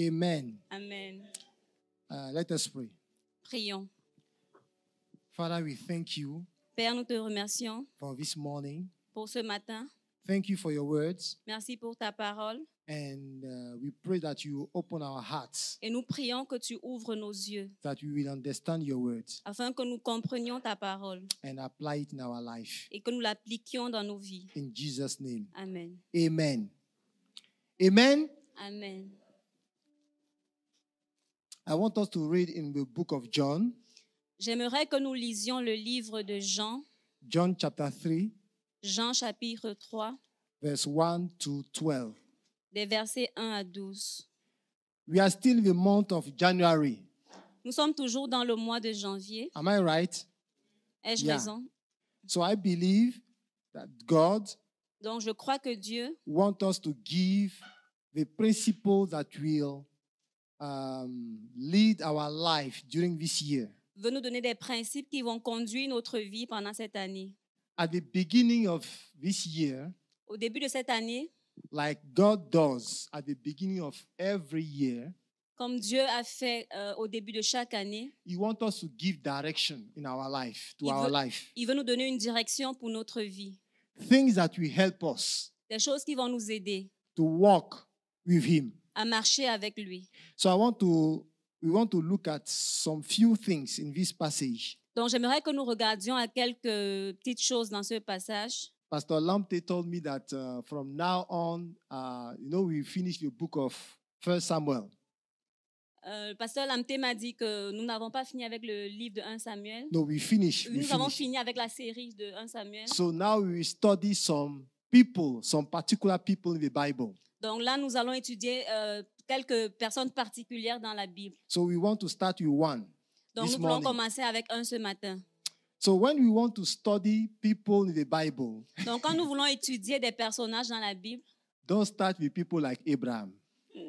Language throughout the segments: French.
Amen. Amen. Uh, let us pray. Prions. Father, we thank you Père, nous te remercions for this morning. pour ce matin. Thank you for your words. Merci pour ta parole. And uh, we pray that you open our hearts, Et nous prions que tu ouvres nos yeux that we will understand your words afin que nous comprenions ta parole and apply it in our life. et que nous l'appliquions dans nos vies. In Jesus' name. Amen. Amen. Amen. Amen. I want us to read in the book of John, J'aimerais que nous lisions le livre de Jean, John chapter 3, Jean chapitre 3, verse 1 to 12. des versets 1 à 12. We are still in the month of January. Nous sommes toujours dans le mois de janvier. Am I right? Ai-je Yeah. raison? So I believe that God Donc, je crois que Dieu want us to give the principle that will um, lead our life during this year. veut nous donner des principes qui vont conduire notre vie pendant cette année. At the beginning of this year, Au début de cette année, like God does at the beginning of every year, comme Dieu a fait euh, au début de chaque année, He wants us to give direction in our life, to Il our veut- life. il veut nous donner une direction pour notre vie, Things that will help us des choses qui vont nous aider to walk with Him. à marcher avec lui. So I want to we want to look at some few things in this passage. Donc, j'aimerais que nous regardions à quelques petites choses dans ce passage. Pastor Lamte told me that uh, from now on, uh, you know, we finish the book of First Samuel. Euh, le pasteur Lamté m'a dit que nous n'avons pas fini avec le livre de 1 Samuel. No, we finish. We Nous avons finish. fini avec la série de 1 Samuel. So now we will study some people, some particular people in the Bible. Donc là, nous allons étudier euh, quelques personnes particulières dans la Bible. So we want to start with one. Donc This nous voulons morning. commencer avec un ce matin. So when we want to study people in the Bible, Donc quand nous voulons étudier des personnages dans la Bible, don't start with people like Abraham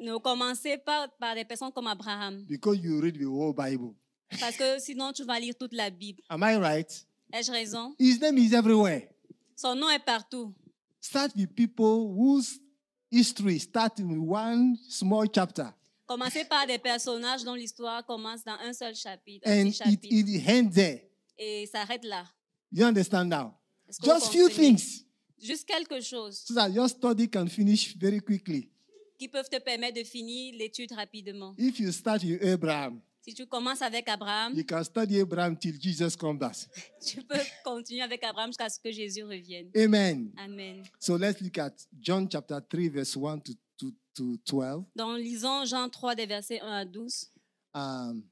ne commencez pas par des personnes comme Abraham, because you read the whole Bible. parce que sinon tu vas lire toute la Bible. Am I right? Ai-je raison His name is everywhere. Son nom est partout. Start with people whose history starts in one small chapter. Commencez par des personnages dont l'histoire commence dans un seul chapitre, un and petit it, chapitre, it ends there. et s'arrête là. You understand now? Est-ce que vous Just few comprenez things Juste quelque chose so that your study can finish very quickly. qui peuvent te permettre de finir l'étude rapidement. If you start with Abraham, Si tu commences avec Abraham, you can study Abraham till Jesus comes back. tu peux continuer avec Abraham jusqu'à ce que Jésus revienne. Amen. Amen. So let's look at John chapter 3, verse 1 to, to, to 12. Donc, lisons Jean 3, des versets 1 à 12. Um,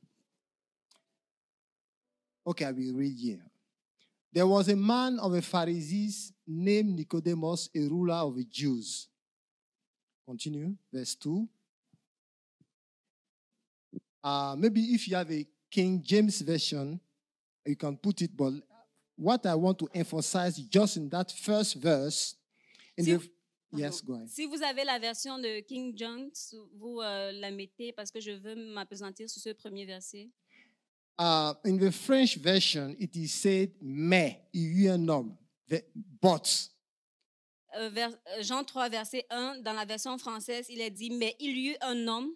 okay, I will read here. There was a man of the Pharisees named Nicodemus, a ruler of the Jews. Continue, verse 2. Uh, maybe if you have a King James version, you can put it, but what I want to emphasize just in that first verse, in See- the, yes, go ahead. Si vous avez la version de King James, vous euh, la mettez parce que je veux m'apesantir sur ce premier verset. Uh, in the French version, it is said mais, il y a un homme, the- but. Euh, vers- euh, Jean 3, verset 1, dans la version française, il est dit Mais il y eut un homme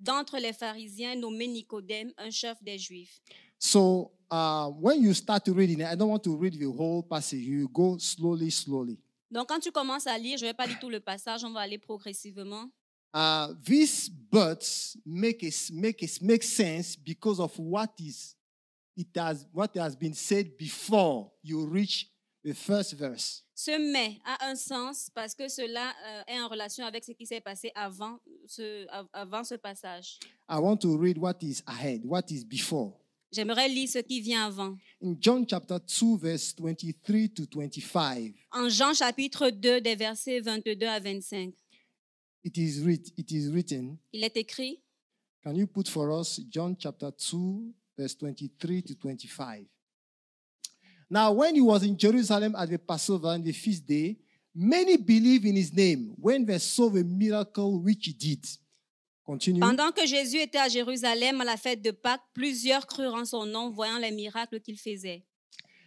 d'entre les pharisiens nommé Nicodème, un chef des Juifs. So uh, when you start reading it, I don't want to read the whole passage. You go slowly, slowly. Donc, quand tu commences à lire, je ne vais pas lire tout le passage, on va aller progressivement. Uh, these buts make it, make it make sense because of what is it has what has been said before you reach the first verse. Ce mais a un sens parce que cela euh, est en relation avec ce qui s'est passé avant ce, av- avant ce passage. I want to read what is ahead, what is before. J'aimerais lire ce qui vient avant. In John chapter 2, verse 23 to 25. En Jean chapitre 2, des versets 22 à 25, it is writ, it is written. il est écrit Can you put for us John chapter 2, verse 23 to 25? Now, when he was in Jerusalem at the Passover and the feast day, many believed in his name when they saw the miracle which he did. Continue. Pendant que Jésus était à Jérusalem à la fête de Pâques, plusieurs crurent en son nom, voyant les miracles qu'il faisait.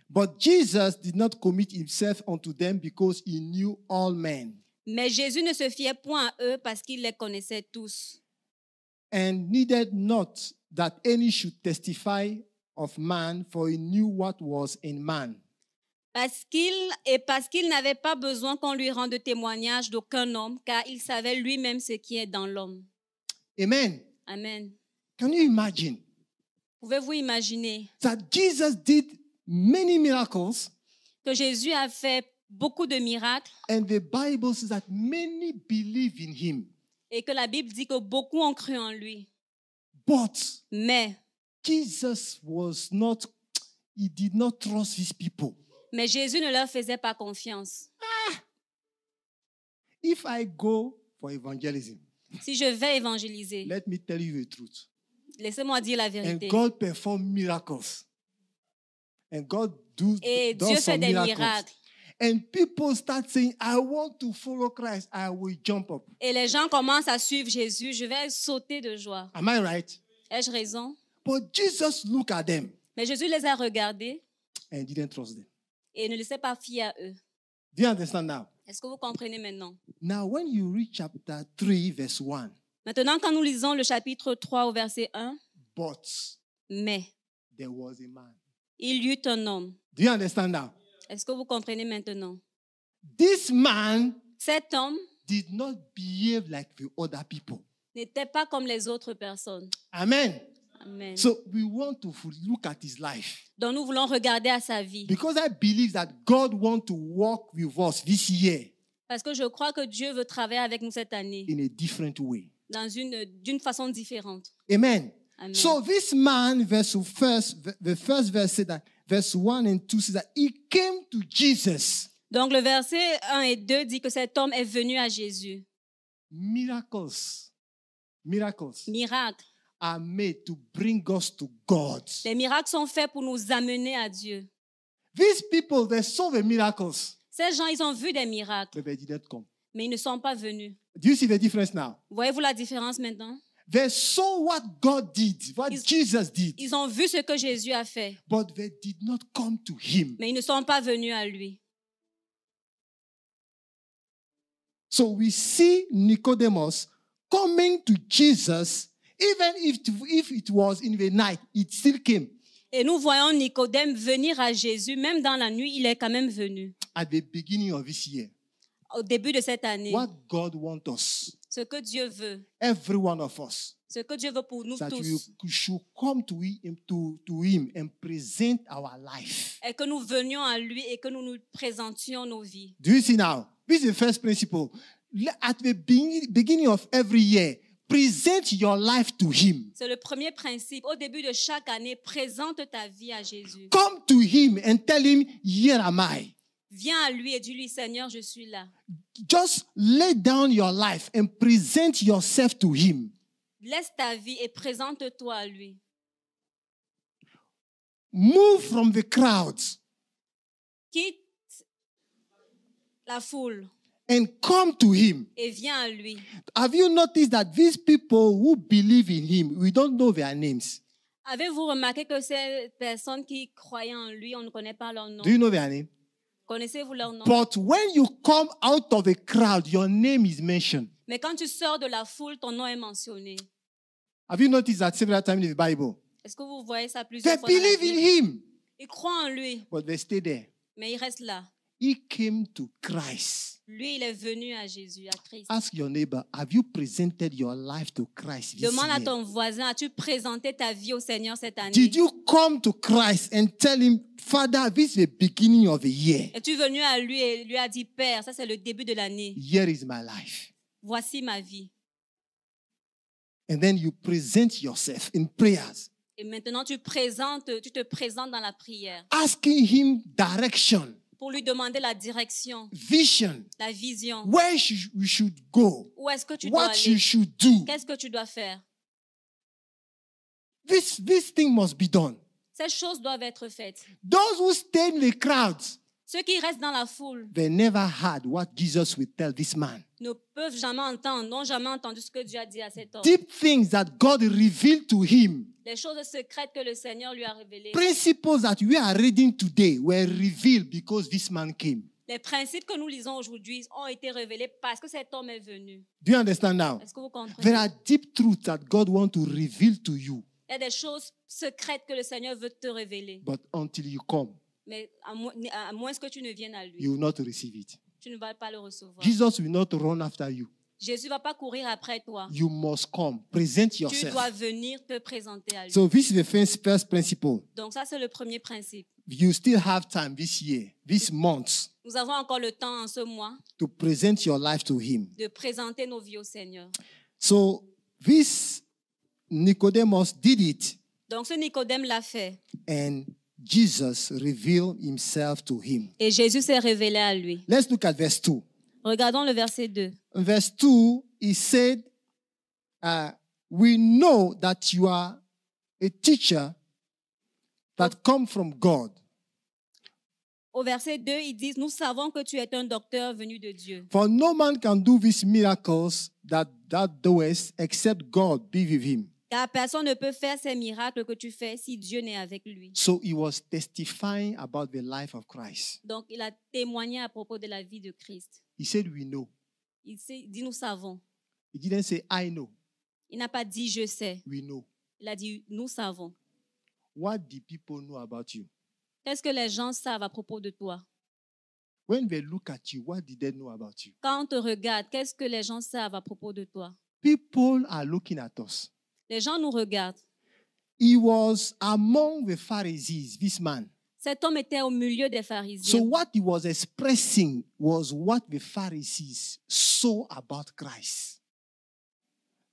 But Jesus did not commit himself unto them because he knew all men. Mais Jésus ne se fiait point à eux parce qu'il les connaissait tous. and needed not that any should testify of man, for he knew what was in man. Parce qu'il et parce qu'il n'avait pas besoin qu'on lui rende témoignage d'aucun homme, car il savait lui-même ce qui est dans l'homme. Amen. Amen. Can you imagine Pouvez-vous imaginer that Jesus did many miracles, que Jésus a fait beaucoup de miracles and the Bible says that many believe in him, et que la Bible dit que beaucoup ont cru en lui. but Mais, Jesus was not, he did not trust his people. mais Jésus ne leur faisait pas confiance. If I go for evangelism, Si je vais évangéliser, let me tell you the truth. laissez-moi dire la And vérité. God performed miracles. And God do, Et does Eh, Dieu fait some des miracles. miracles. And people start saying, I want to follow Christ. I will jump up. Et les gens commencent à suivre Jésus. Je vais sauter de joie. Am I right? Ai-je raison? But Jesus looked at them Mais Jésus les a regardés and didn't trust them. et ne les a pas fier à eux. Do you understand now? Est-ce que vous comprenez maintenant? Now, when you read chapter 3, verse 1, Maintenant, quand nous lisons le chapitre 3 au verset 1, but mais there was a man. il y eut un homme. Do you understand now? Est-ce que vous comprenez maintenant? This man Cet homme did not behave like the other people. n'était pas comme les autres personnes. Amen. Amen. So we want to look at his life. Donc nous voulons regarder à sa vie. Because I believe that God wants to walk with us this year Parce que je crois que Dieu veut travailler avec nous cette année in a different way. dans une, d'une façon différente. Amen. Amen. So this man, verse first, the first verse said that verse one and two says that he came to Jesus. Donc le verset 1 et 2 dit que cet homme est venu à Jésus. Miracles, miracles Miracle. are made to bring us to God. Les miracles sont faits pour nous amener à Dieu. These people they saw the miracles, Ces gens, ils ont vu des miracles, but they didn't come. mais ils ne sont pas venus. Do you see the difference now? Voyez-vous la différence maintenant? They saw what God did, what Is- Jesus did, Ils ont vu ce que Jésus a fait, but they did not come to Him. mais ils ne sont pas venus à lui. So we see Nicodemus coming to Jesus, even if, if it was in the night, it still came. Et nous voyons Nicodème venir à Jésus, même dans la nuit, il est quand même venu. At the beginning of this year, Au début de cette année, what God wants us, ce que Dieu veut, every one of us, ce que Dieu veut pour nous that we tous, should come to Him, to, to him and present our life. est que nous venions à lui et que nous nous présentions nos vies. Do you see now? This is the first principle. Le- At the be- beginning of every year, present your life to Him. C'est le premier principe. Au début de chaque année, présente ta vie à Jésus. Come to Him and tell Him, Here am I. Viens à lui et dis-lui, Seigneur, je suis là. just lay down your life and present yourself to him. Laisse ta vie et présente-toi à lui. Move from the crowds Quitte la foule and come to him. et viens à lui. Have you noticed that these people who believe in him, we don't know their names. Avez-vous remarqué que ces personnes qui croyaient en lui, on ne connaît pas leur nom? Do you know their name? Connaissez-vous leur nom? But when you come out of a crowd, your name is mentioned. Mais quand tu sors de la foule, ton nom est mentionné. Have you noticed that several times in the Bible? Est-ce que vous voyez ça They plusieurs fois? dans la believe in Bible? him, Ils croient en lui, but they stay there. mais il reste là. He came to Christ. Lui, il est venu à Jésus, à Christ. Ask your neighbor, have you presented your life to Christ? this Demande à year? ton voisin, as-tu présenté ta vie au Seigneur cette année? Did you come to Christ and tell him, Father, this is the beginning of the year. Es-tu venu à lui et lui as dit, Père, ça c'est le début de l'année. Here is my life. Voici ma vie. And then you present yourself in prayers, Et maintenant, tu, présentes, tu te présentes dans la prière asking him direction, pour lui demander la direction, vision, la vision. where sh- we should go, Où est-ce que tu dois what you aller? should do. Qu'est-ce que tu dois faire? This, this thing must be done. Ces choses doivent être faites. Those who stay in the crowds, Ceux qui restent dans la foule they never heard what Jesus would tell this man. ne peuvent jamais entendre, n'ont jamais entendu ce que Dieu a dit à cet homme. Deep things that God revealed to him, Les choses secrètes que le Seigneur lui a révélées. principles that we are reading today were revealed because this man came. Les principes que nous lisons aujourd'hui ont été révélés parce que cet homme est venu. Do you understand now? Est-ce que vous comprenez? There are deep truths that God wants to reveal to you, Il y a des choses secrètes que le Seigneur veut te révéler. but until you come, Mais à, mo- à moins que tu ne viennes à lui, you will not receive it. tu ne vas pas le recevoir. Jesus will not run after you. Jésus ne va pas courir après toi. You must come, present Tu dois yourself. venir te présenter à lui. So, this is the first, first principle. Donc ça, c'est le premier principe. You still have time this year, this month, Nous avons encore le temps en ce mois to present your life to Him. de présenter nos vies au Seigneur. So, this Nicodemus did it, Donc ce Nicodème l'a fait and Jesus revealed Himself to him. et Jésus s'est révélé à lui. Let's look at verse 2. Regardons le verset 2. In verse 2, he said, uh, We know that you are a teacher that come from God, Au verset 2, ils disent, nous savons que tu es un docteur venu de Dieu. for no man can do these miracles that that doest except God be with him. Car personne ne peut faire ces miracles que tu fais si Dieu n'est avec lui. So he was testifying about the life of Christ. Donc il a témoigné à propos de la vie de Christ. He said, We know. Il s'est- dit, nous savons. He didn't say, I know. Il n'a pas dit, je sais. We know. Il a dit, nous savons. What do people know about you? Qu'est-ce que les gens savent à propos de toi When they look at you, what did they know about you? Quand on te regarde, qu'est-ce que les gens savent à propos de toi People are looking at us. Les gens nous regardent. He was among the Pharisees, this man. Cet homme était au milieu des So, pharisiens. what he was expressing was what the Pharisees saw about Christ.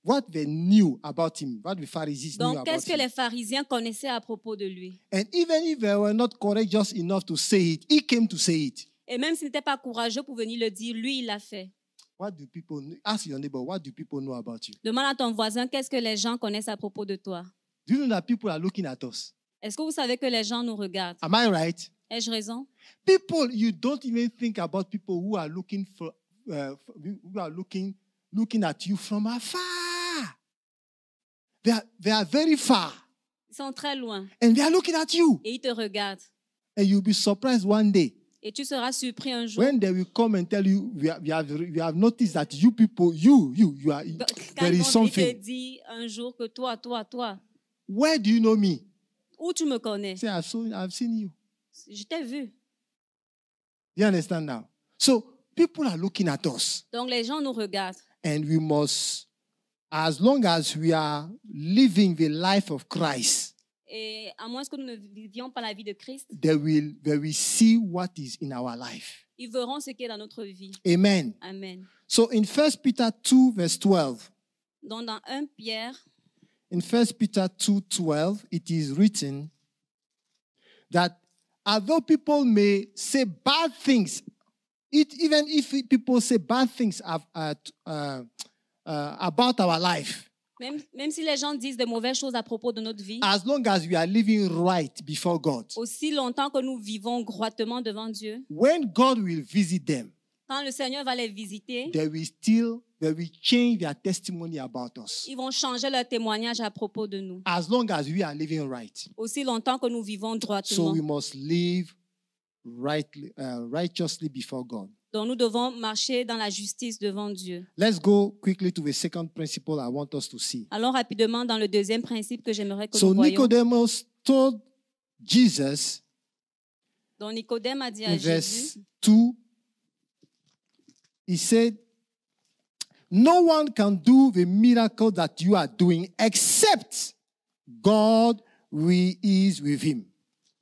What they knew about him, what the Pharisees knew Donc, about qu'est-ce que him. les pharisiens connaissaient à propos de lui And even if they were not courageous enough to say it, he came to say it. Et même s'il n'était pas courageux pour venir le dire, lui, il l'a fait. What do people kn- ask your neighbor? What do people know about you? Demande à ton voisin qu'est-ce que les gens connaissent à propos de toi. Do you know that people are looking at us? Est-ce que vous savez que les gens nous regardent Am I right? Ai-je raison People, you don't even think about people who are looking for, uh, for- who are looking, looking at you from afar. They are, they are very far, Ils sont très loin and they are looking at you. et ils te regardent. And you'll be surprised one day Et tu seras surpris un jour. when they will come and tell you, we have, we have, we have noticed that you people, you, you, you are. Quand There ils is vont- ils te something. disent un jour que toi, toi, toi, Where do you know me? où tu me connais Say, I've seen, I've seen you. Je t'ai vu. You understand now? So people are looking at us. Donc les gens nous regardent. and we must, as long as we are living the life of Christ, Et à moins que nous ne vivions pas la vie de Christ, they will, they will see what is in our life. ils verront ce qui est dans notre vie. Amen. Amen. So in 1 Peter 2, verse 12, Donc dans 1 Pierre in 1 Peter 2, 12, it is written that although people may say bad things, it, even if people say bad things of- at, uh, uh, about our life, Même, même si les gens disent des mauvaises choses à propos de notre vie, as long as we are living right before God, aussi longtemps que nous vivons droitement devant Dieu, when God will visit them, quand le Seigneur va les visiter, they will still they will change their testimony about us ils vont changer leur témoignage à propos de nous, as long as we are living right aussi longtemps que nous vivons so droitement. we must live rightly uh, righteously before god Donc nous devons marcher dans la justice devant Dieu. let's go quickly to the second principle i want us to see Allons rapidement dans le deuxième principe que j'aimerais que so nous voyions. nicodemus told jesus Donc Nicodème a dit à in verse Jésus, 2 he said no one can do the miracle that you are doing except god we is with him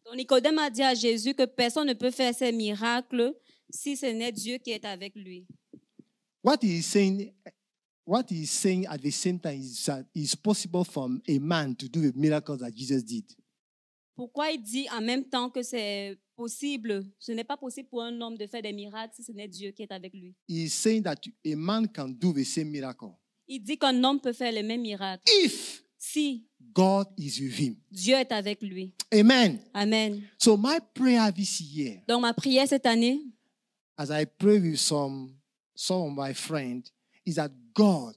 donc Nicodème a dit à Jésus que personne ne peut faire ces miracles si ce n'est Dieu qui est avec lui. what he is saying what he is saying at the same time is that it's possible for a man to do the miracles that jesus did Pourquoi il dit en même temps que c'est possible Ce n'est pas possible pour un homme de faire des miracles si ce n'est Dieu qui est avec lui. he is saying that a man can do the same miracle Il dit qu'un homme peut faire les mêmes miracles if si god is with him Dieu est avec lui. amen Amen. so my prayer this year Donc ma prière cette année, as i pray with some some of my friends is that god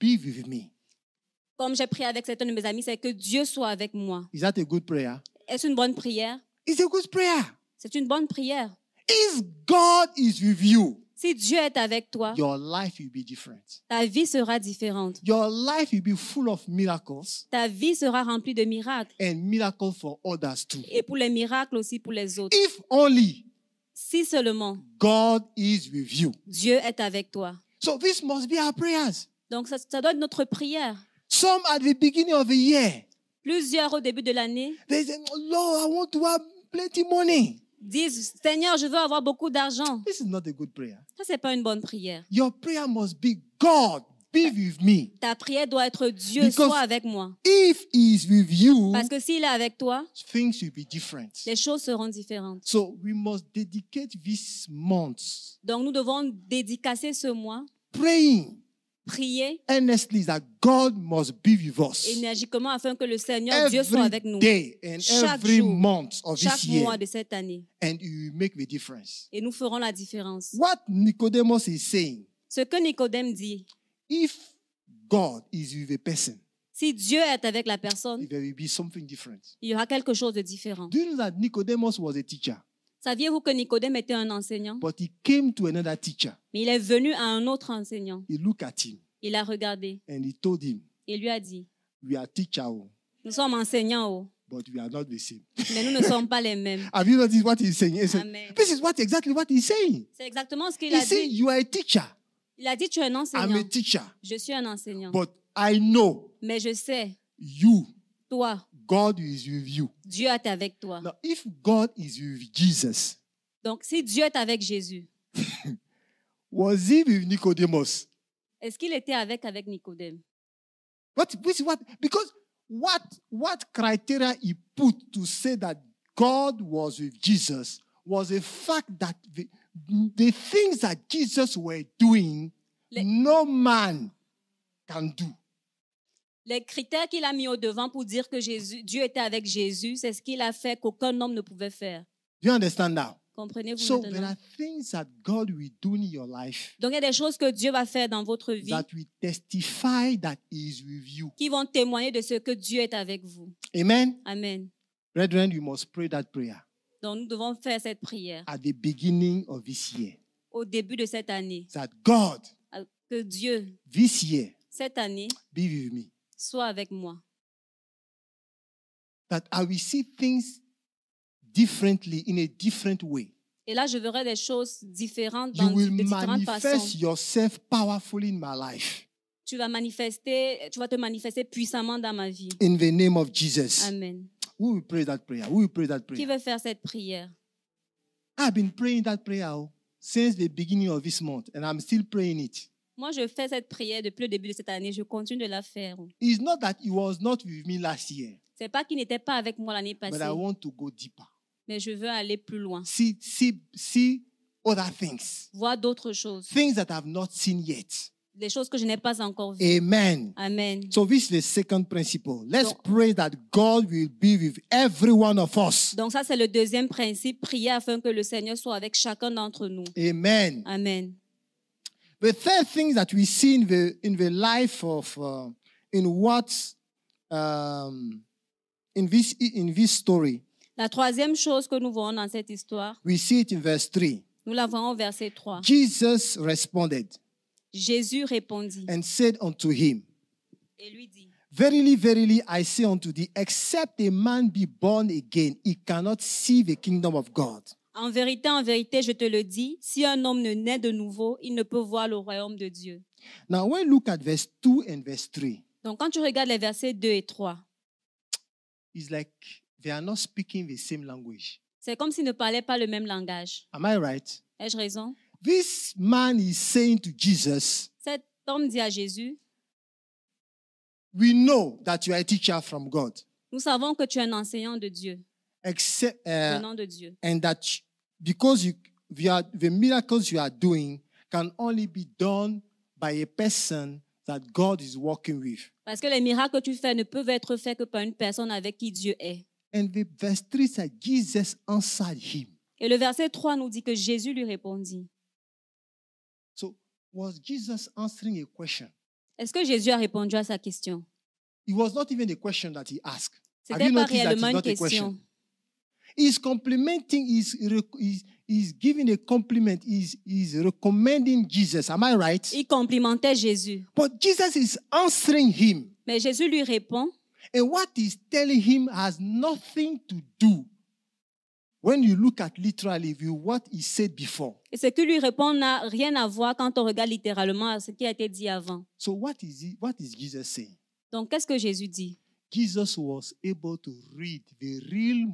be with me comme j'ai prié avec certains de mes amis, c'est que Dieu soit avec moi. is that a good prayer Est-ce une bonne prière it's a good prayer C'est une bonne prière. If God is with you, Si Dieu est avec toi, your life will be different. ta vie sera différente. Your life will be full of miracles Ta vie sera remplie de miracles and miracles for others too. et pour les miracles aussi pour les autres. If only Si seulement God is with you. Dieu est avec toi. So this must be our prayers. Donc ça, ça doit être notre prière. Some at the beginning of the year, Plusieurs au début de l'année they say, Lord, I want to have plenty money. disent Seigneur, je veux avoir beaucoup d'argent. This is not a good prayer. Ça c'est pas une bonne prière. Your prayer must be God, be with me. Ta prière doit être Dieu Because- Mm. soit avec moi. If He is with you, Parce que s'il est avec toi, things will be different. les choses seront différentes. So we must dedicate this month Donc nous devons dédicacer ce mois, praying prier earnestly that God must be with us énergiquement afin que le Seigneur Dieu soit every avec nous day and Chaque every jour, month of chaque this year, mois de cette année. and it will make the difference. Et nous ferons la différence. What Nicodemus is saying, Ce que Nicodème dit, if God is with a person, si Dieu est avec la personne, there will be something different. il y aura quelque chose de différent. Do you know that Nicodemus was a teacher, Saviez-vous que Nicodème était un enseignant but he came to another teacher. Mais il est venu à un autre enseignant. He looked at him Il a regardé and he told him, et lui a dit "We are teacher, oh, Nous sommes enseignants, oh, but we are not the same." mais nous ne sommes pas les mêmes. Have you noticed what he's saying? He said, Amen. This is what exactly what he's saying. C'est exactement ce qu'il He a said, dit. "You are a teacher. Il a dit Tu es un I'm a enseignant. teacher, Je suis un enseignant. but I know Mais je sais, you. toi, God is with you. Dieu est avec toi. Now, if God is with Jesus, Donc, si Dieu est avec Jésus, was he with Nicodemus? est-ce qu'il était avec avec Nicodème What? Which what? Because what what criteria he put to say that God was with Jesus was a fact that the, the things that Jesus were doing, Le- no man can do. Les critères qu'il a mis au devant pour dire que Jésus, Dieu était avec Jésus, c'est ce qu'il a fait qu'aucun homme ne pouvait faire. Do you understand now? Comprenez-vous So there maintenant are things that God will do in your life Donc, il y a des choses que Dieu va faire dans votre vie that will testify that He is with you. qui vont témoigner de ce que Dieu est avec vous. Amen. Amen. Brethren, you must pray that prayer Donc, nous devons faire cette prière at the beginning of this year. au début de cette année. That God, Que Dieu, this year, cette année, be with me. soit avec moi. That I will see things differently in a different way. Et là, je verrai des choses différentes You dans will de différentes manifest façons. yourself powerfully in my life. Tu vas manifester, tu vas te manifester puissamment dans ma vie. In the name of Jesus. Amen. Who will pray that prayer? Who will pray that Qui prayer? veut faire cette prière? I've been praying that prayer oh, since the beginning of this month, and I'm still praying it. Moi, je fais cette prière depuis le début de cette année. Je continue de la faire. It's not that he was not with me last year, C'est pas qu'il n'était pas avec moi l'année but passée, I want to go deeper. mais je veux aller plus loin, See, see, see other things, voir d'autres choses, things that I've not seen yet. des choses que je n'ai pas encore vues. Amen. Amen. So this is the second principle. Let's So- pray that God will be with every one of us. Donc ça, c'est le deuxième principe, prier afin que le Seigneur soit avec chacun d'entre nous. Amen. Amen. The third thing that we see in the in the life of uh, in what um, in this in this story, La troisième chose que nous voyons dans cette histoire, we see it in verse three. nous la voyons au verset 3. Jesus responded Jésus répondit and said unto him, et lui dit, Verily, verily, I say unto thee, except a man be born again, he cannot see the kingdom of God. En vérité, en vérité, je te le dis, si un homme ne naît de nouveau, il ne peut voir le royaume de Dieu. Now, when we look at verse 2 and verse 3, Donc quand tu regardes les versets 2 et 3, it's like they are not speaking the same language. c'est comme s'ils ne parlaient pas le même langage. Am I right? Ai-je raison? This man is saying to Jesus, Cet homme dit à Jésus, We know that you are a teacher from God, nous savons que tu es un enseignant de Dieu, except, uh, venant de Dieu. and that because you, you are, the miracles you are doing can only be done by a person that God is working with. Parce que les miracles que tu fais ne peuvent être faits que par une personne avec qui Dieu est. And the verse 3 said, Jesus answered him. Et le verset 3 nous dit que Jésus lui répondit. So, was Jesus answering a question? Est-ce que Jésus a répondu à sa question? It was not even a question that he asked. C'était you pas noticed that it's réellement une not a question? question. He's complimenting, he's, rec- he's, he's giving a compliment, he's, he's recommending Jesus. Am I right? Il complimentait Jésus. But Jesus is answering him. Mais Jésus lui répond, And what he's telling him has nothing to do. When you look at literally if you what he said before. et ce que lui répond n'a rien à voir quand on regarde littéralement à ce qui a été dit avant. So what is he, what is Jesus saying? Donc, qu'est-ce que Jésus dit Jesus was able to read the real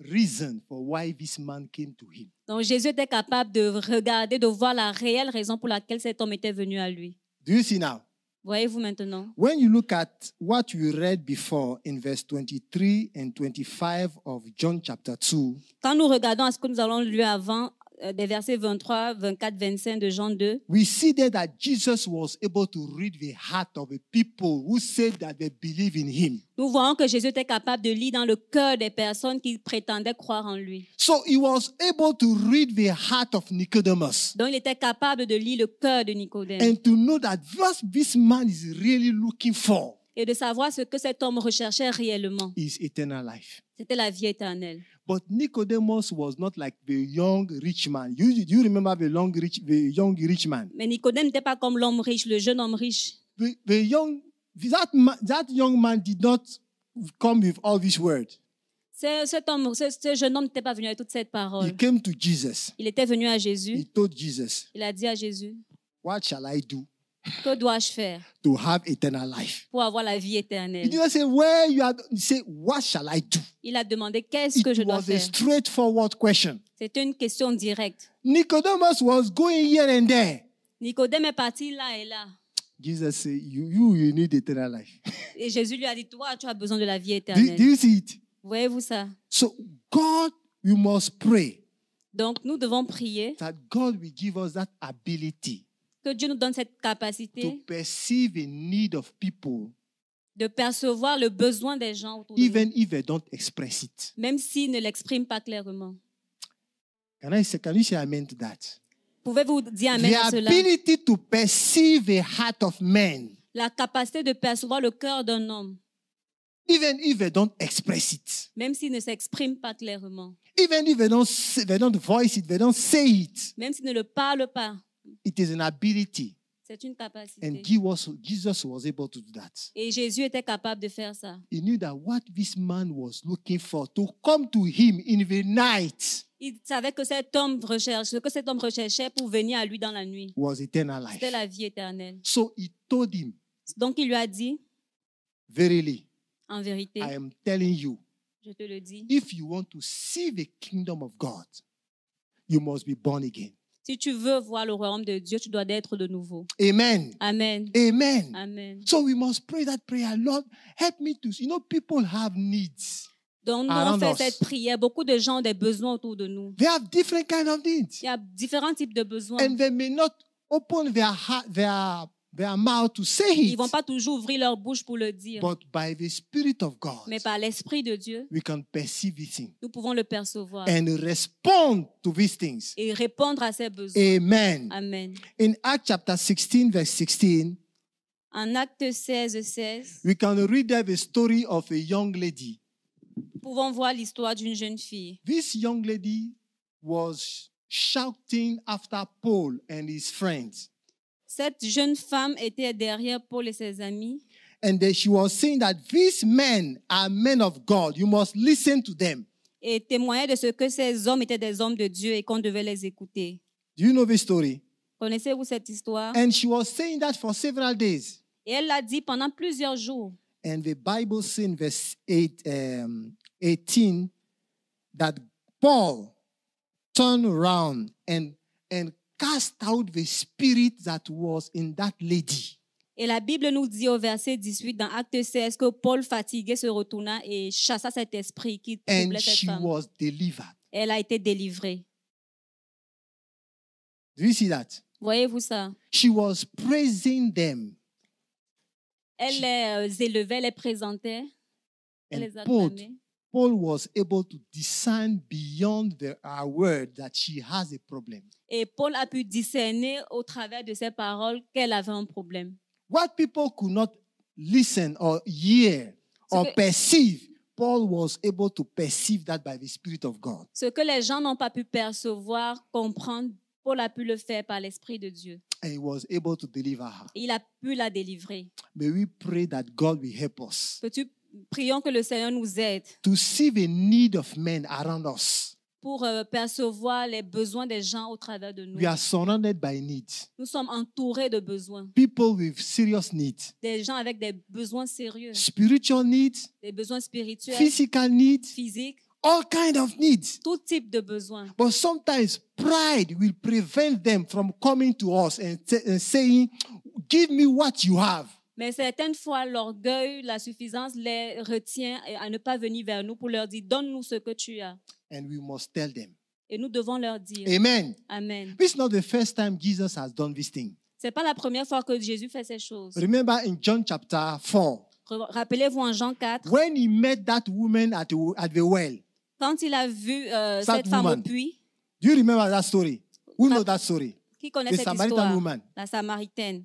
reason for why this man came to him. Donc, Jésus était capable de regarder, de voir la réelle raison pour laquelle cet homme était venu à lui. Do you see now? Voyez-vous maintenant When you look at what you read before in verse 23 and 25 of John chapter 2, Quand nous regardons à ce que nous allons lu avant, euh, des versets 23, 24, 25 de Jean 2, we see there that Jesus was able to read the heart of the people who said that they believe in him. nous voyons que Jésus était capable de lire dans le cœur des personnes qui prétendaient croire en lui. So he was able to read the heart of Nicodemus Donc, il était capable de lire le cœur de Nicodème and to know that what this man is really looking for et de savoir ce que cet homme recherchait réellement. is eternal life. C'était la vie éternelle. But Nicodemus was not like the young rich man. You, do you remember the, long rich, the young rich man? Mais Nicodème n'était pas comme l'homme riche, le jeune homme riche. The, the young, that, ma- that young man did not come with all this word. C'est- Cet homme, ce, ce jeune homme n'était pas venu avec toute cette He parole. came to Jesus. Il était venu à He Jésus. told Jesus, Il a dit à Jésus, What shall I do que dois-je faire to have eternal life? pour avoir la vie He did éternelle not say, Where you are. He said, What shall I do? Il a demandé, qu'est-ce que je It dois was a faire straightforward question. C'était une question directe. Nicodemus was going here and there. Nicodème est parti là et là. Jesus said, You, you, you need eternal life. Et Jésus lui a dit, toi, tu as besoin de la vie do, do éternelle. you see it? Voyez-vous ça So, God, we must pray Donc, nous devons prier that God will give us that ability que Dieu nous donne cette to capacité perceive a need of people, de percevoir le besoin des gens autour de nous, even if they don't express it. même s'ils ne l'expriment pas clairement. Can I say, can you say amen to that? Pouvez-vous dire amen à the cela ability to perceive the heart of men, La capacité de percevoir le cœur d'un homme, even if they don't express it, même s'il ne s'exprime pas clairement, even if they don't, say, they don't voice it, they don't say it. même s'il ne le parle pas. It is an ability, C'est une capacité. and he was, Jesus was able to do that. Et Jésus était capable de faire ça. He knew that what this man was looking for to come to him in the night Il savait que cet homme recherche, ce que cet homme recherchait pour venir à lui dans la nuit. was eternal life. C'était la vie éternelle. So he told him, Donc il lui a dit, Verily, en vérité, I am telling you, je te le dis, if you want to see the kingdom of God, you must be born again. si tu veux voir le royaume de Dieu, tu dois être de nouveau. Amen. Amen. Amen. Amen. So we must pray that prayer. Lord, help me to. You know, people have needs. Donc nous Around on fait us. cette prière. Beaucoup de gens ont des besoins autour de nous. They have different kind of needs, Il y a différents types de besoins. and they may not open their heart, their their mouth to say Ils vont it. pas toujours ouvrir leur bouche pour le dire. But by the Spirit of God, Mais par l'Esprit de Dieu, we can perceive these things nous pouvons le percevoir and respond to these things. et répondre à ses besoins. Amen. Amen. In Acts chapter 16, verse 16, En acte 16, 16, we can read there the story of a young lady. nous pouvons voir l'histoire d'une jeune fille. This young lady was shouting after Paul and his friends. Cette jeune femme était derrière Paul et ses amis. And then she was saying that these men are men of God. You must listen to them. et témoignait de ce que ces hommes étaient des hommes de Dieu et qu'on devait les écouter. Do you know this story? Connaissez-vous cette histoire? And she was saying that for several days. Et elle l'a dit pendant plusieurs jours. And the Bible says in verse 8, um, 18 that Paul turned around and, and cast out the spirit that was in that lady. Et la Bible nous dit au verset 18 dans Acte 16 que Paul, fatigué, se retourna et chassa cet esprit qui troublait And cette she femme. was delivered. Elle a été délivrée. Do you see that? Voyez-vous ça? She was praising them. Elle les euh, élevait, les présentait, elle And les Paul, acclamait. Paul was able to discern beyond the, her word that she has a problem. Et Paul a pu discerner au travers de ses paroles qu'elle avait un problème. What people could not listen or hear So or the- perceive, Paul was able to perceive that by the Spirit of God. Ce que les gens n'ont pas pu percevoir, comprendre, Paul a pu le faire par l'Esprit de Dieu. And he was able to deliver her. Et il a pu la délivrer. May we pray that God will help us Peux-tu prions que le Seigneur nous aide to see the need of men around us. pour euh, percevoir les besoins des gens au travers de nous. We are surrounded by needs. Nous sommes entourés de besoins, People with serious needs, des gens avec des besoins sérieux, spiritual needs, des besoins spirituels, physical needs, physiques, all kind of needs. tout type de besoins. But sometimes pride will prevent them from coming to us and, t- and saying, Give me what you have. Mais certaines fois, l'orgueil, la suffisance les retient à ne pas venir vers nous pour leur dire donne-nous ce que tu as. And we must tell them. Et nous devons leur dire Amen. Amen. This is not the first time Jesus has done this thing. C'est pas la première fois que Jésus fait ces choses. Remember in John chapter 4, Re- Rappelez-vous en Jean 4, when he met that woman at the, at the well. quand il a vu euh, Cette cette femme au woman. puits, Do you remember that story? Who know that story? qui connaît The cette Samaritan histoire woman. La Samaritaine.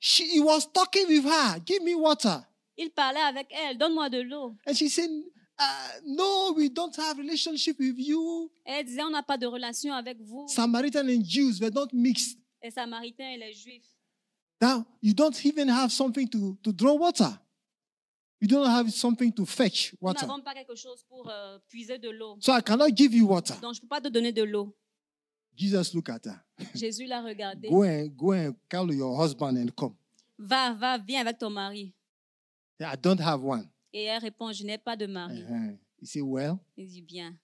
She, he was talking with her. Give me water. Il parlait avec elle, donne-moi de l'eau. And she said, uh, no, we don't have relationship with you. Elle disait, on n'a pas de relation avec vous. Samaritan and Jews were not mixed. Les Samaritains et les Juifs. Now, you don't even have something to, to draw water. You don't have something to fetch Nous water. n'avons pas quelque chose pour euh, puiser de l'eau. So I cannot give you water. Donc, je ne peux pas te donner de l'eau. Jesus look at her. Jésus l'a regardé. Go and go and call your husband and come. Va, va, viens avec ton mari. I don't have one. Et elle répond, je n'ai pas de mari. Uh-huh. He said, Well, Il dit, bien.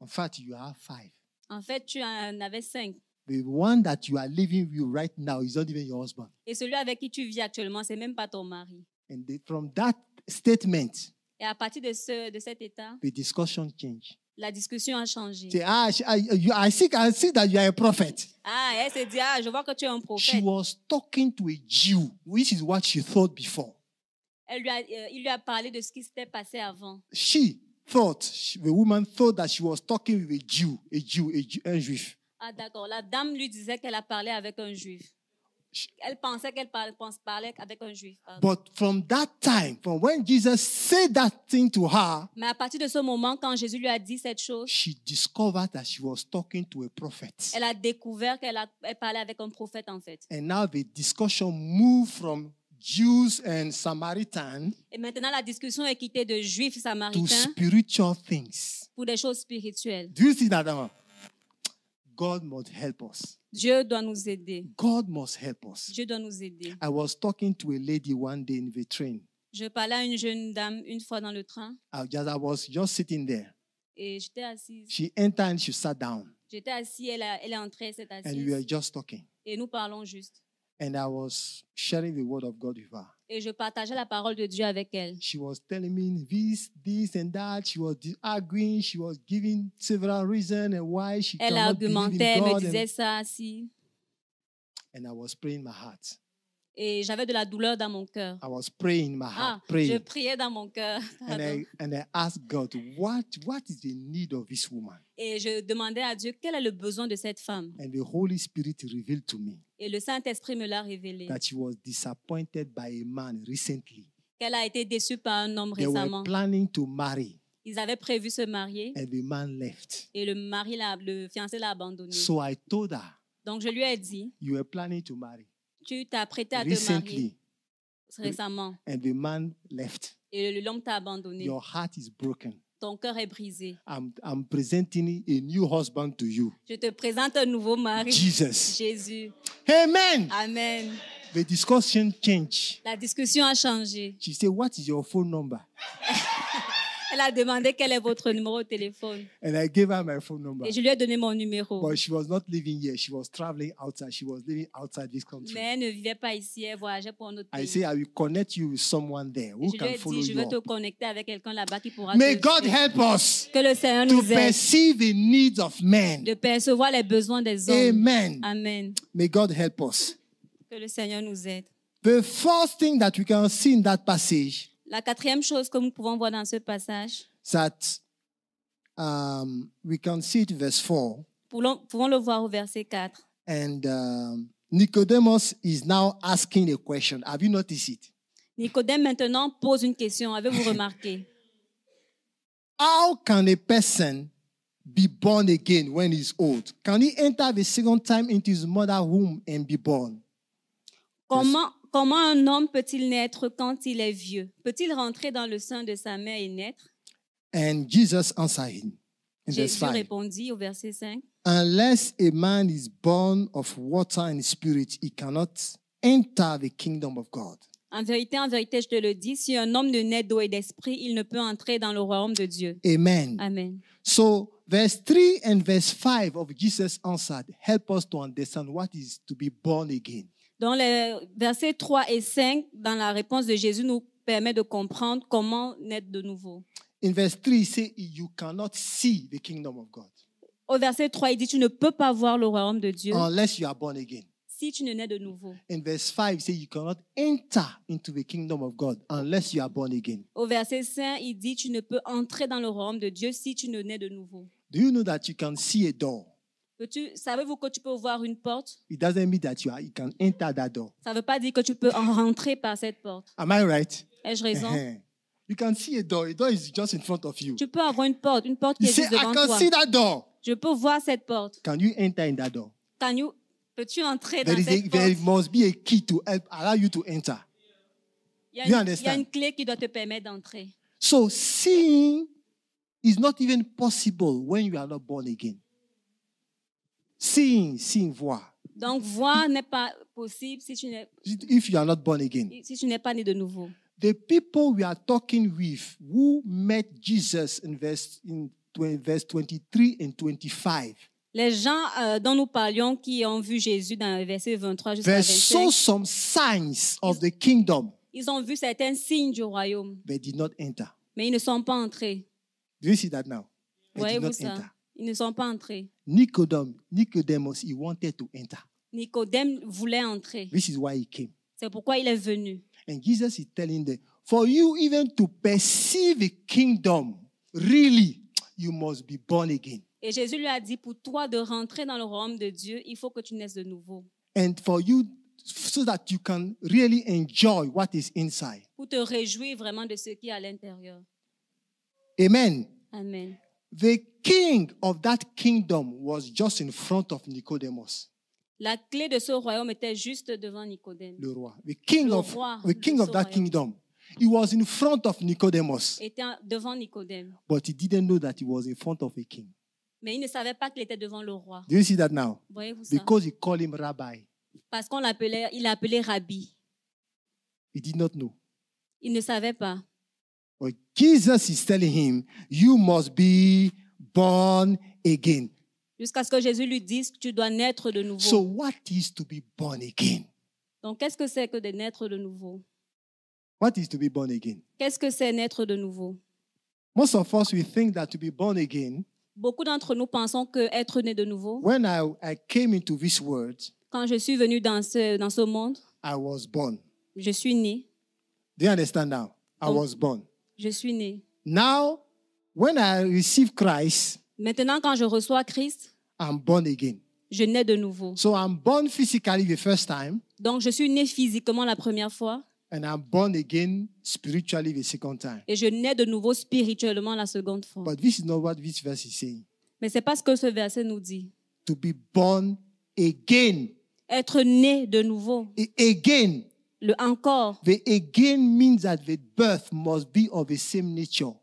in fact, you have five. En fait, tu en avais cinq. The one that you are living with right now is not even your husband. Et celui avec qui tu vis actuellement, c'est même pas ton mari. And they- from that statement, Et à partir de, ce, de cet état, the discussion changed. la discussion a changé. Say, ah, she- I, you, I, see, I see that you are a prophet. Ah, elle s'est dit, ah, je vois que tu es un She prophète. was talking to a Jew, which is what she thought before. Elle lui a- euh, il lui a parlé de ce qui s'était passé avant. She thought, she- the woman thought that she was talking with a Jew, a Jew, a Jew, un juif. Ah, d'accord. La dame lui disait qu'elle a parlé avec un juif. Elle pensait qu'elle par- pense- parlait avec un juif. Ah. pardon. But from that time, from when Jesus said that thing to her, Mais à partir de ce moment, quand Jésus lui a dit cette chose, she discovered that she was talking to a prophet. elle a découvert qu'elle a- elle parlait avec un prophète, en fait. And now the discussion moved from Jews and Samaritan Et maintenant, la discussion est quittée de juifs to et samaritains spiritual things. pour des choses spirituelles. Do you see that? Emma? God must help us. Dieu doit nous aider. God must help us. Dieu doit nous aider. I was talking to a lady one day in the train. Je parlais à une jeune dame une fois dans le train I just I was just sitting there. et j'étais assise. She entered and she sat down, J'étais assise, elle, a- elle est entrée, elle s'est and we were assise. just talking. Et nous parlons juste. And I was sharing the word of God with her. Et je partageais la parole de Dieu avec elle. She was telling me this, this, and that. She was di- arguing. She was giving several reasons and why she Elle cannot believe in argumentait, elle me God. disait And, ça, si. and I was praying in my heart. Et j'avais de la douleur dans mon cœur. I was praying in my Ah, heart, je praying. priais dans mon cœur. And pardon. I, and I asked God, what, what is the need of this woman? Et je demandais à Dieu quel est le besoin de cette femme. And the Holy Spirit revealed to me Et le Saint-Esprit me l'a révélé. that she was disappointed by a man recently. Qu'elle a été déçue par un homme They were récemment. planning to marry, Ils avaient prévu se marier and the man left. et le mari, l'a- le fiancé l'a abandonné. So I told her, Donc je lui ai dit, You were planning to marry tu t'as prêté à te marier recently, récemment and the man left. et le- l'homme t'a abandonné. Your heart is broken. Ton cœur est brisé. I'm, I'm presenting a new husband to you, Je te présente un nouveau mari, Jesus. Jésus. Amen. Amen. The discussion changed. La discussion a changé. She said, What is your phone number? Elle a demandé quel est votre numéro de téléphone. And I gave her my phone number. Et je lui ai donné mon numéro. But she was not living here. She was traveling outside. She was living outside this Mais country. elle ne vivait pas ici, elle voyageait pour un autre I pays. say, I will connect you with someone there Et who je lui can ai follow dit, je you. vais te up. connecter avec quelqu'un là-bas qui pourra May te God suivre. help us Que le Seigneur to nous aide perceive the needs of de men. percevoir les besoins des hommes. Amen. Amen. May God help us. Que le Seigneur nous aide. The first thing that we can see in that passage La quatrième chose que nous pouvons voir dans ce passage, is that um, we can see it in verse 4. pouvons pouvons le voir au verset 4. And um, Nicodemus is now asking a question. Have you noticed it? Nicodème maintenant pose une question. Avez-vous remarqué How can a person be born again when he's old? Can he enter the second time into his mother womb and be born? Comment, comment un homme peut-il naître quand il est vieux Peut-il rentrer dans le sein de sa mère et naître And Jesus answered him in verse Jésus 5 répondit au verset 5. Unless a man is born of water and spirit, he cannot enter the kingdom of God. En vérité, en vérité, je te le dis, si un homme ne naît d'eau et d'esprit, il ne peut entrer dans le royaume de Dieu. Amen. Amen. So, verse 3 and verse 5 of Jesus' answered help us to understand what is to be born again. Dans les versets 3 et 5, dans la réponse de Jésus, nous permet de comprendre comment naître de nouveau. In verse 3, he says, You cannot see the kingdom of God Au verset 3, il dit, tu ne peux pas voir le royaume de Dieu unless you are born again. si tu ne nais de nouveau. In verse 5, he says, You cannot enter into the kingdom of God unless you are born again. Au verset 5, il dit, tu ne peux entrer dans le royaume de Dieu si tu ne nais de nouveau. Do you know that you can see a door? Peux-tu- Savez-vous que tu peux voir une porte It doesn't mean that you, are, you can enter that door. Ça ne veut pas dire que tu peux en rentrer par cette porte. Am I right? Ai-je raison Eh-heh. You can see a door. A door is just in front of you. Tu peux avoir une porte, une porte qui You est say, juste I devant can toi. see that door. Je peux voir cette porte. Can you enter in that door? Tanyou, peux-tu entrer dans There, is a, cette there porte must be a key to help allow you to enter. il y, you a une, il y understand. a une clé qui doit te permettre d'entrer. So seeing is not even possible when you are not born again. Seeing, seeing, voir. Donc, voir n'est pas possible si tu n'es If you are not born again. si tu n'es pas né de nouveau. The people we are talking with who met Jesus in verse, in twen- verse 23 and 25, Les gens euh, dont nous parlions qui ont vu Jésus dans le verset 23 they jusqu'à 25, saw some signs of the kingdom, ils ont vu certains signes du royaume, but did not enter. mais ils ne sont pas entrés. Do you see that now? They did Voyez-vous not ça enter. Ils ne sont pas entrés. Nicodemus, Nicodemus, he wanted to enter. Nicodème voulait entrer. This is why he came. C'est pourquoi il est venu. And Jesus is telling them, for you even to perceive the kingdom, really, you must be born again. Et Jésus lui a dit, pour toi de rentrer dans le royaume de Dieu, il faut que tu naisses de nouveau. And for you, so that you can really enjoy what is inside. Pour te réjouir vraiment de ce qui est à l'intérieur. Amen. Amen. The king of that kingdom was just in front of Nicodemus, La clé de ce royaume était juste devant Nicodème. le roi. The king Le of roi, the le king of that souverain. kingdom. He was in front of Nicodemus, était devant Nicodème. but he didn't know that he was in front of a king. Mais il ne savait pas qu'il était devant le roi. Do you see that now? Voyez-vous ça? Because he called him rabbi, Parce qu'on l'appelait, il l'appelait Rabbi. he did not know. Il ne savait pas. But Jesus is telling him, You must be born again. Jusqu'à ce que Jésus lui dise tu dois naître de nouveau. So, what is to be born again? Donc, qu'est-ce que c'est que de naître de nouveau? What is to be born again? Qu'est-ce que c'est naître de nouveau? Most of us, we think that to be born again, Beaucoup d'entre nous pensons que être né de nouveau, when I, I came into this world, quand je suis venu dans ce, dans ce monde, I was born. je suis né. Do you understand now? I was born. Je suis né. Now, when I receive Christ, Maintenant, quand je reçois Christ, I'm born again. je nais de nouveau. So, I'm born physically the first time, Donc, je suis né physiquement la première fois and I'm born again spiritually the second time. et je nais de nouveau spirituellement la seconde fois. But this is not what this verse is saying. Mais c'est pas ce que ce verset nous dit. To be born again. Être né de nouveau, A- again. le encore. The again means that the birth must be of the same nature.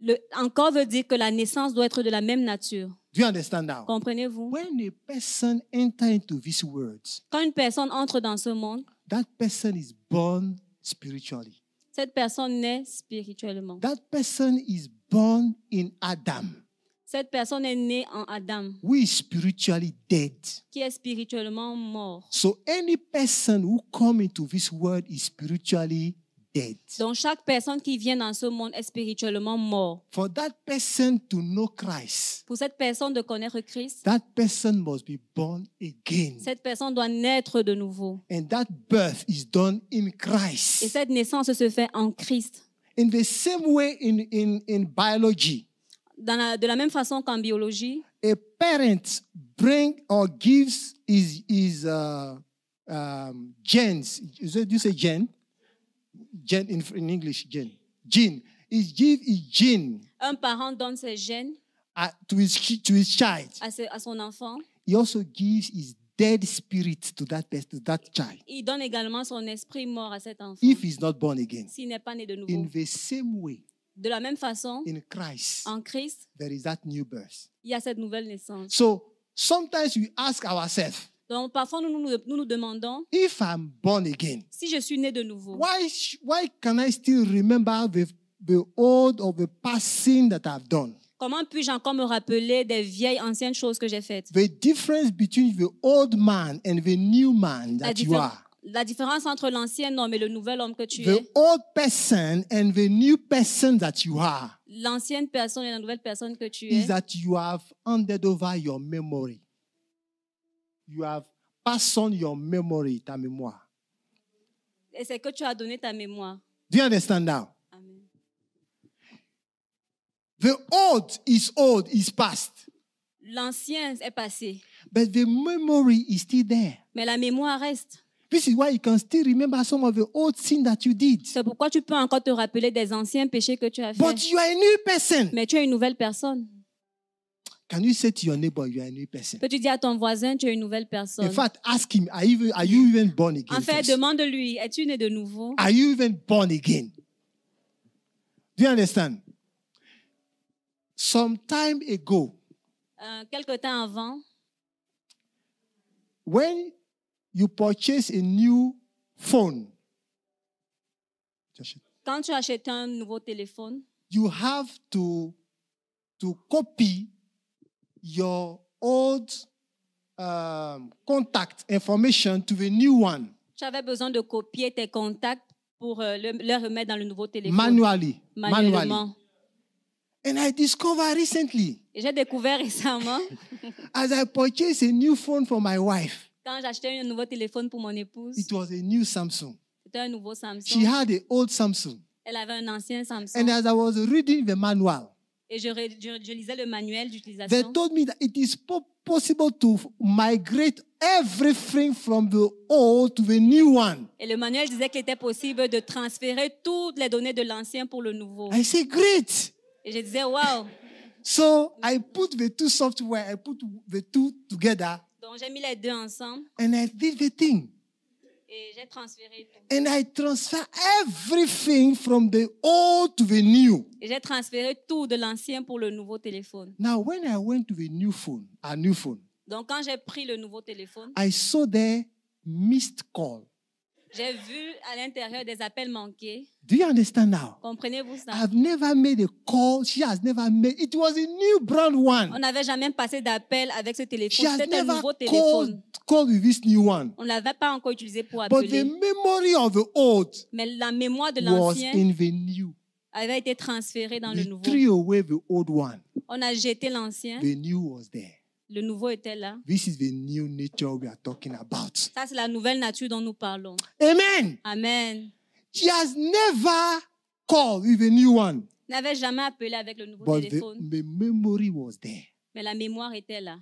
Le encore veut dire que la naissance doit être de la même nature. Do you understand now? Um, Comprenez-vous When a person enter into these words, Quand une personne entre dans ce monde, that person is born spiritually. cette personne naît spirituellement. That person is born in Adam, Cette personne est née en Adam, who is spiritually dead. qui est spirituellement mort. So any person who come into this world is spiritually dead. Donc chaque personne qui vient dans ce monde est spirituellement mort. For that person to know Christ, Pour cette personne de connaître Christ, that person must be born again. cette personne doit naître de nouveau. And that birth is done in Et Christ. cette naissance se fait en Christ. In the same way in, in, in biology, Dans la- de la même façon qu'en biologie, a parent bring or gives his, his uh, um, genes. Is it- Do you say gen? Gen in, in English, gen. Gene. is give his gene Un parent donne ses gènes uh, to, his, chi- to his child. à, ce- à son enfant. He also gives his dead spirit to that, pers- to that child Il donne également son esprit mort à cet enfant if he's not born again. s'il n'est pas né de nouveau. In the same way, De la même façon, in Christ, en Christ, there is that new birth. il y a cette nouvelle naissance. So sometimes we ask ourselves, Donc parfois, nous nous, nous nous demandons, if I'm born again, si je suis né de nouveau, why, sh- why can I still remember the, the old or the past sin that I've done? comment puis-je encore me rappeler des vieilles, anciennes choses que j'ai faites The difference between the old man and the new man La, that you diffé- are. la différence entre l'ancien homme et le nouvel homme que tu The es, old person and the new person that you are l'ancienne personne et la nouvelle personne que tu es, is that you have handed over your memory. You have passed on your memory, ta mémoire. et c'est que tu as donné ta mémoire. Do you understand now? Amen. The old is old, is past, L'ancien est passé, but the memory is still there. mais la mémoire reste. This is why you can still remember some of the old sin that you did. C'est pourquoi tu peux encore te rappeler des anciens péchés que tu as But faits. you are a new person. Mais tu es une nouvelle personne. Can you say to your neighbor, you are a new person? Peux-tu dire à ton voisin, tu es une nouvelle In personne fact, ask him, are you, are you even born again? En fait, first? demande-lui, es-tu né de nouveau Are you even born again? Do you understand? Some time ago, Euh, Quelque temps avant, when you purchase a new phone, just- quand tu achètes un nouveau téléphone, you have to, to copy your old um, contact information to the new one tu avais besoin de copier tes contacts pour euh, le, les remettre dans le nouveau téléphone manually. Manually. manuellement. And I discovered recently Et J'ai découvert récemment, as I purchased a new phone for my wife, quand j'achetais un nouveau téléphone pour mon épouse, it was a new Samsung. c'était un nouveau Samsung. She had an old Samsung. Elle avait un ancien And Samsung. as I was reading the manual, Et je, ré- je- je lisais le manuel they d'utilisation. told me that it is po- possible to f- migrate everything from the old to the new one. Et le manuel disait qu'il était possible de transférer toutes les données de l'ancien pour le nouveau. I say, great. Et je disais, waouh! So I put the two software, I put the two together, Donc j'ai mis les deux ensemble and I did the thing. et j'ai transféré tout. And I transfer everything from the old to the new. Et j'ai transféré tout de l'ancien pour le nouveau téléphone. Now, when I went to the new phone, a new phone, Donc quand j'ai pris le nouveau téléphone, I saw there missed call. j'ai vu à l'intérieur des appels manqués. Do you understand now? Comprenez-vous ça? I've never made a call. She has never made. It was a new brand On one. n'avait jamais passé d'appel avec ce She téléphone. has C'était un never nouveau téléphone. called, called with this new one. On ne l'avait pas encore utilisé pour But the appeler. memory of the old Mais la mémoire de was l'ancien in the new. avait été transférée dans le We nouveau. threw away the old one. On a jeté l'ancien. The new was there. Le nouveau était là. This is the new nature we are talking about. Ça, c'est la nouvelle nature dont nous parlons. Amen. Amen. She has never called with a new one, N'avait jamais appelé avec le nouveau but the, téléphone, the memory was there. mais la mémoire était là.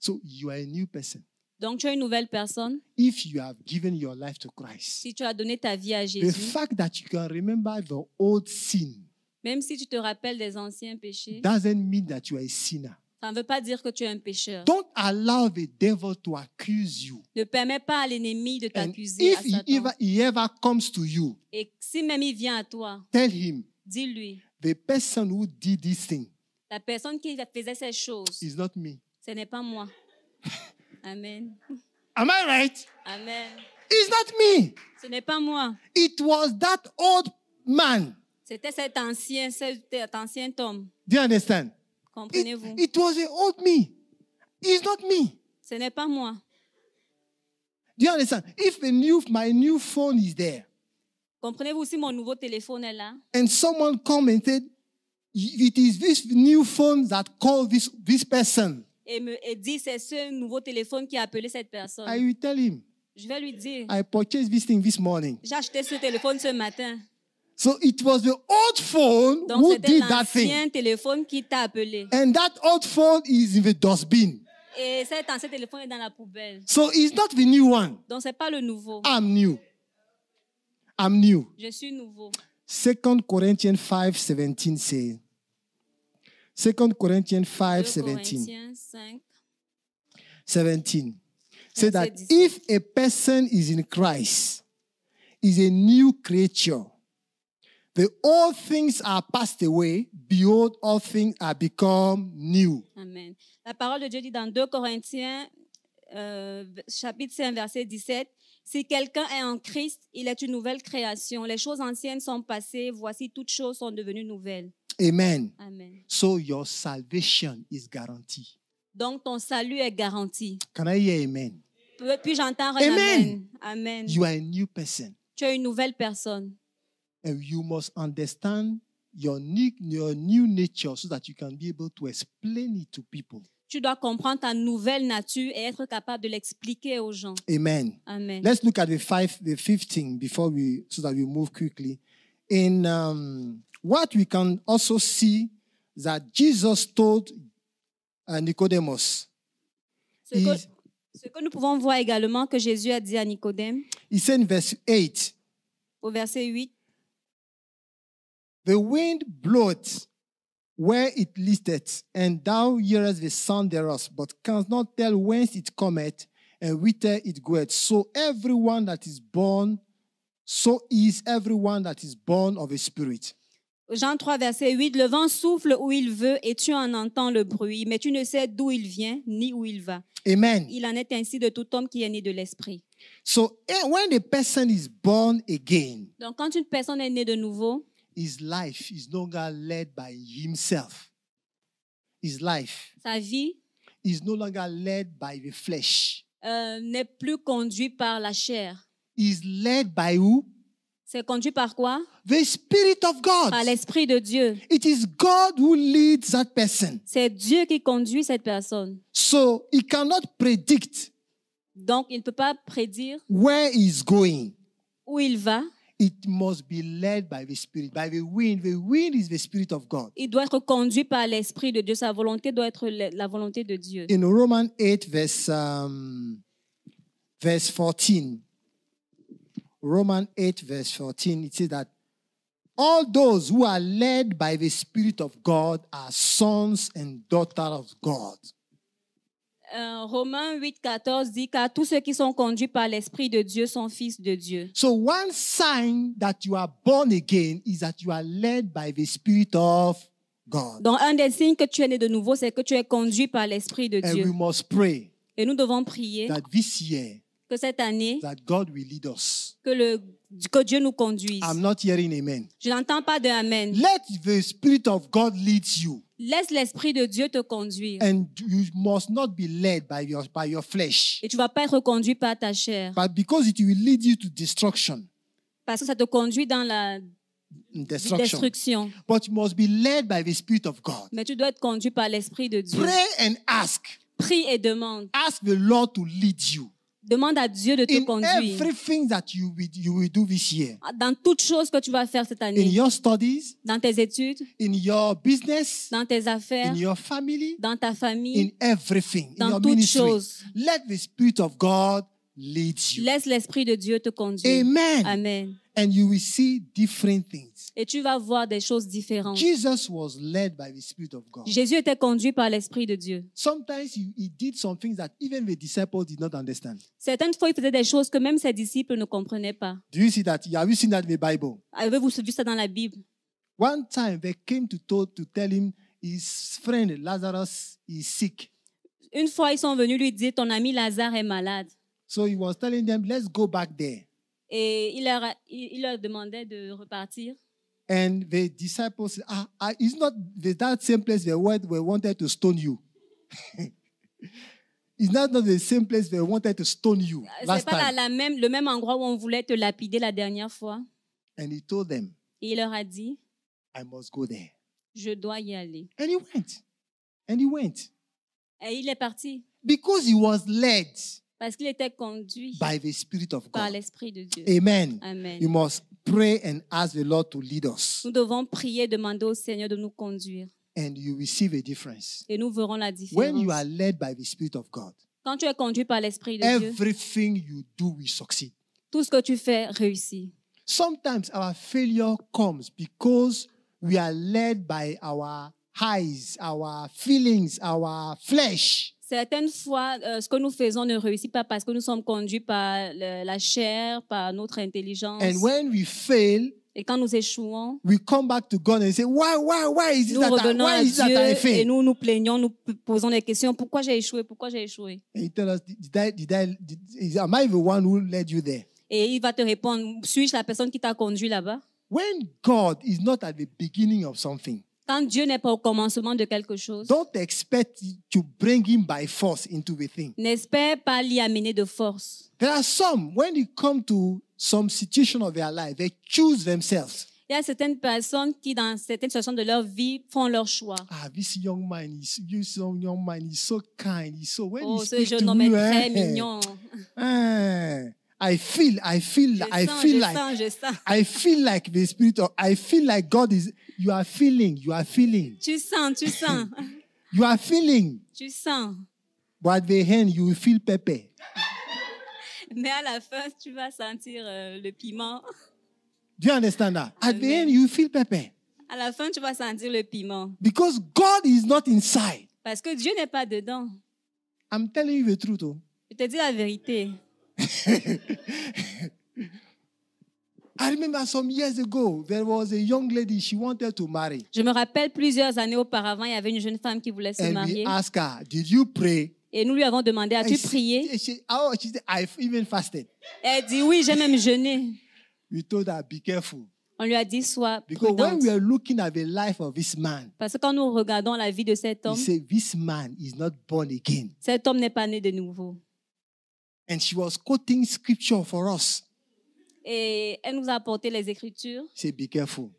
So you are a new person. Donc, tu es une nouvelle personne If you have given your life to Christ, si tu as donné ta vie à the Jésus. fact that you can remember the old sin Même si tu te rappelles des anciens péchés, doesn't mean that you are a sinner. ça ne veut pas dire que tu es un pécheur. Don't allow the devil to accuse you. Ne permets pas à l'ennemi de And t'accuser à if he Satan. ever, he ever comes to you, Et si même il vient à toi, tell him dis-lui, the person who did this thing la personne qui faisait ces choses, is not me. ce n'est pas moi. Amen. Am I right? Amen. It's not me. Ce n'est pas moi. It was that old man. C'était cet ancien, cet ancien homme. Do you understand? It, Comprenez-vous? it was the old me. It's not me. Ce n'est pas moi. Do you understand? If a new, my new phone is there Comprenez-vous si mon nouveau téléphone est là and someone commented, it is this new phone that called this, this person, et me et dit c'est ce nouveau téléphone qui a appelé cette personne. I will tell him, Je vais lui dire, I purchased this thing this morning. j'ai acheté ce téléphone ce matin. So it was the old phone Donc who c'était did that thing. l'ancien téléphone qui t'a appelé. And that old phone is in the dustbin. Et cet ancien téléphone est dans la poubelle. So it's not the new one. Donc c'est pas le nouveau. I'm new. I'm new. Je suis nouveau. 2 Corinthians 5, 17 says, 2 Corinthians 5, 17. Corinthiens 5. 17 say that Verset 17. if a person is in Christ, is a new creature. The old things are passed away, behold, all things are become new. Amen. La parole de Dieu dit dans 2 Corinthiens, euh, chapitre 5, verset 17, Si quelqu'un est en Christ, il est une nouvelle création. Les choses anciennes sont passées, voici toutes choses sont devenues nouvelles. Amen. Amen. So your salvation is guaranteed. Donc ton salut est garanti. Can I hear amen? Puis- Puis j'entends un Amen. Amen. Amen. You are a new person Tu es une nouvelle personne. and you must understand your new, your new nature so that you can be able to explain it to people. Tu dois comprendre ta nouvelle nature et être capable de l'expliquer aux gens. Amen. Amen. Let's look at the five, the fifteen before we, so that we move quickly. In um, what we can also see that Jesus told uh, Nicodemus, Ce que, Is- ce que nous pouvons voir également que Jésus a dit à Nicodème he said in verse eight, au verset 8, "The wind bloweth where it listeth, and thou hearest the sound thereof, but canst not tell whence it cometh and whither it goeth. So everyone that is born, so is everyone that is born of a spirit." Jean 3, verset 8, le vent souffle où il veut et tu en entends le bruit, mais tu ne sais d'où il vient ni où il va. Amen. Il en est ainsi de tout homme qui est né de l'esprit. So eh, when a person is born again, Donc quand une personne est née de nouveau, his life is no longer led by himself. His life sa vie is no longer led by the flesh. euh, n'est plus conduite par la chair. Is led by who? C'est conduit par quoi The Spirit of God. Par l'esprit de Dieu. It is God who leads that person. C'est Dieu qui conduit cette personne. So he cannot predict Donc il ne peut pas prédire where he is going. où il va. It must be led by the Spirit, by the wind. The wind is the Spirit of God. Il doit être conduit par l'esprit de Dieu. Sa volonté doit être la la volonté de Dieu. in Romans 8, verse, um, verse 14. Romans 8, verse 14, it says that all those who are led by the Spirit of God are sons and daughters of God. Euh, Romains 8, 14 dit Car tous ceux qui sont conduits par l'Esprit de Dieu sont fils de Dieu. So, one sign that you are born again is that you are led by the Spirit of God. Donc, un des signes que tu es né de nouveau, c'est que tu es conduit par l'Esprit de And we Dieu. must pray Et nous devons prier that this year que cette année, that God will lead us. que, le, que Dieu nous conduise. I'm not hearing amen. Je n'entends pas de Amen. Let the Spirit of God lead you. Laisse l'Esprit de Dieu te conduire. and you must not be led by your by your flesh Et tu ne vas pas être conduit par ta chair. but because it will lead you to destruction Parce que ça te conduit dans la destruction destruction. but you must be led by the spirit of god Mais tu dois être conduit par l'Esprit de Dieu. pray and ask Prie et demande. ask the lord to lead you Demande à Dieu de te in conduire. everything that you will, you will do this year Dans toutes choses que tu vas faire cette in année. your studies dans tes études, in your business dans tes affaires, in your family dans ta famille, in everything in dans your toutes ministry choses. let the spirit of god lead you Laisse l'Esprit de Dieu te conduire. amen Amen. and you will see different things Et tu vas voir des choses différentes. Jesus was led by the Spirit of God. Jésus était conduit par l'Esprit de Dieu. Sometimes he, he did some things that even the disciples did not understand. Certaines fois, il faisait des choses que même ses disciples ne comprenaient pas. Do you see that? Have you seen that in the Bible? Avez-vous vu ça dans la Bible? One time they came to, told, to tell him his friend Lazarus is sick. Une fois, ils sont venus lui dire, ton ami Lazare est malade. So he was telling them, let's go back there. Et il leur, a- il il leur demandait de repartir. And the disciples said, ah, ah, it's not the, that same place they, went, they wanted to stone you. it's not, not the same place they wanted to stone you C'est last pas la, time. la même, le même endroit où on voulait te lapider la dernière fois. And he told them, Et il leur a dit, I must go there. je dois y aller. And he went. And he went. Et il est parti. Because he was led Parce qu'il était conduit by the Spirit of par God. l'Esprit de Dieu. Amen. You Amen. must pray and ask the Lord to lead us, Nous devons prier, demander au Seigneur de nous conduire. and you will see a difference. Et nous verrons la When you différence. are led by the Spirit of God, Quand tu es conduit par l'Esprit de Dieu, everything you do will succeed. tout ce que tu fais réussit. Sometimes our failure comes because we are led by our highs, our feelings, our flesh. Certaines fois, euh, ce que nous faisons ne réussit pas parce que nous sommes conduits par le- la chair, par notre intelligence. And when we fail, Et quand nous échouons, we come back to God and say, Why, why, why is it nous that I, revenons why à is it that I Dieu et fail? nous nous plaignons, nous p- posons des questions. Pourquoi j'ai échoué Pourquoi j'ai échoué And He tell us, did I, did I, did, is, Am I the one who led you there? Et il va te répondre, suis-je la personne qui t'a conduit là-bas When God is not at the beginning of something, Quand Dieu n'est pas au commencement de quelque chose, don't expect to bring Him by force into the thing. n'espère pas l'y amener de force. There are some, when they come to some situation of their life, they choose themselves. Il y a certaines personnes qui, dans certaines situations de leur vie, font leur choix. Ah, this young man, he's, this young, young man, he's so kind. He's so when Oh, he ce speaks jeune to homme est you, très eh, mignon. eh, I feel, I feel, Je I sens, feel je like, sens, je sens. I feel like the spirit of, I feel like God is. You are feeling, you are feeling, Tu sens, tu sens, you are feeling. tu sens. But at the end, you will feel pepper. Mais à la fin, tu vas sentir euh, le piment. Do you understand that? At the Amen. end, you will feel pepper À la fin, tu vas sentir le piment. because God is not inside. Parce que Dieu n'est pas dedans. I'm telling you the truth. Oh. Je te dis la vérité. I remember some years ago, there was a young lady she wanted to marry. Je me rappelle plusieurs années auparavant, il y avait une jeune femme qui voulait se And we marier. asked her, Did you pray? Et nous lui avons demandé, as-tu And she- prié and She, oh, she said, I even fasted. Elle dit, oui, j'ai même jeûné. We told her, Be careful. On lui a dit, sois Because when prudente. we are looking at the life of this man, Parce que quand nous regardons la vie de cet we homme, say, This man is not born again. cet homme n'est pas né de nouveau. And she was quoting scripture for us. Et elle nous a apporté les Écritures. Say, Be careful.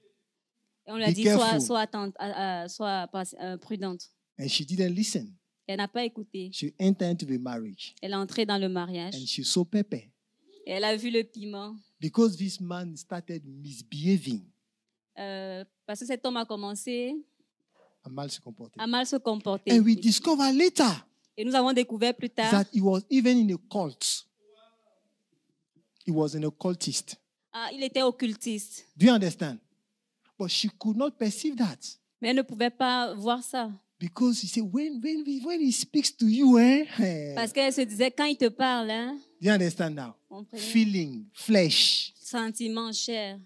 Et on lui a Be dit, sois, careful. sois, attente- à- à- sois pas- euh, prudente. And she didn't listen. Et Elle n'a pas écouté. She entered into the marriage Elle est entrée dans le mariage. and she saw pepper Et elle a vu le piment. because this man started misbehaving. euh, parce que cet homme a commencé and mal se comporter. à mal se comporter. And we discover later Et nous avons découvert plus tard, that he was even in a cult. He was an occultist. ah, il était occultiste. Do you understand? But she could not perceive that Mais elle ne pouvait pas voir ça. because he said, when, when, we- when he speaks to you, eh? eh, Parce qu'elle se disait, quand il te parle, hein, do you understand now? on prend Feeling, flesh. sentiment cher.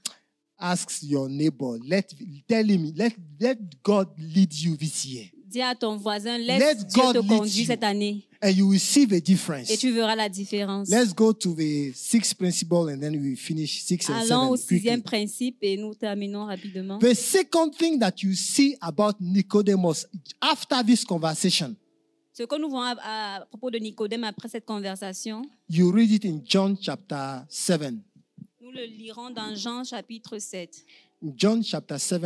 Asks your neighbor, let tell him, let, let God lead you this year. Dis à ton voisin, laisse Let Dieu God te lead conduire you. cette année And you will see the difference. et tu verras la différence. Let's go to the sixth principle and then we finish six and Allons seven. au quickly. sixième principe et nous terminons rapidement. The second thing that you see about Nicodemus after this conversation, Ce que nous voyons à, à propos de Nicodème après cette conversation, you read it in John chapter 7. nous le lirons dans Jean chapitre 7. John chapter 7,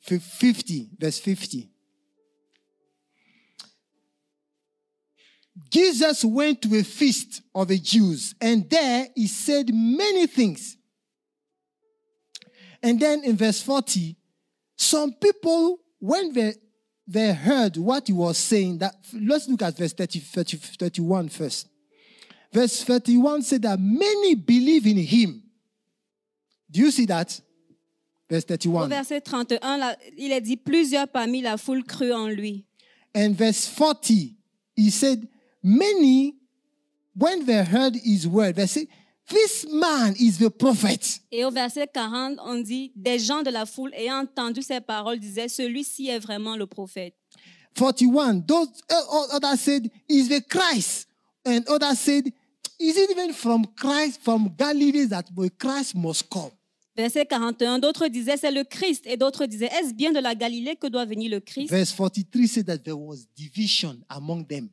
fi- 50, verse 50. Jesus went to a feast of the Jews, and there he said many things. And then in verse 40, some people, when they, they heard what he was saying, that let's look at verse 30, 30, 31 first. Verse 31 said that many believe in him. Do you see that? Verse Au 31. verset 31, là, il est dit plusieurs parmi la foule crurent en lui. And verse 40, he said, Many, when they heard his word, they said, This man is the prophet. Et au verset 40, on dit des gens de la foule ayant entendu ces paroles disaient celui-ci est vraiment le prophète. 41, those uh, o- others said, Is the Christ. And others said, Is it even from Christ, from Galilee, that the Christ must come? Verset 41, d'autres disaient c'est le Christ et d'autres disaient est-ce bien de la Galilée que doit venir le Christ Verse 43 said that there was division among them.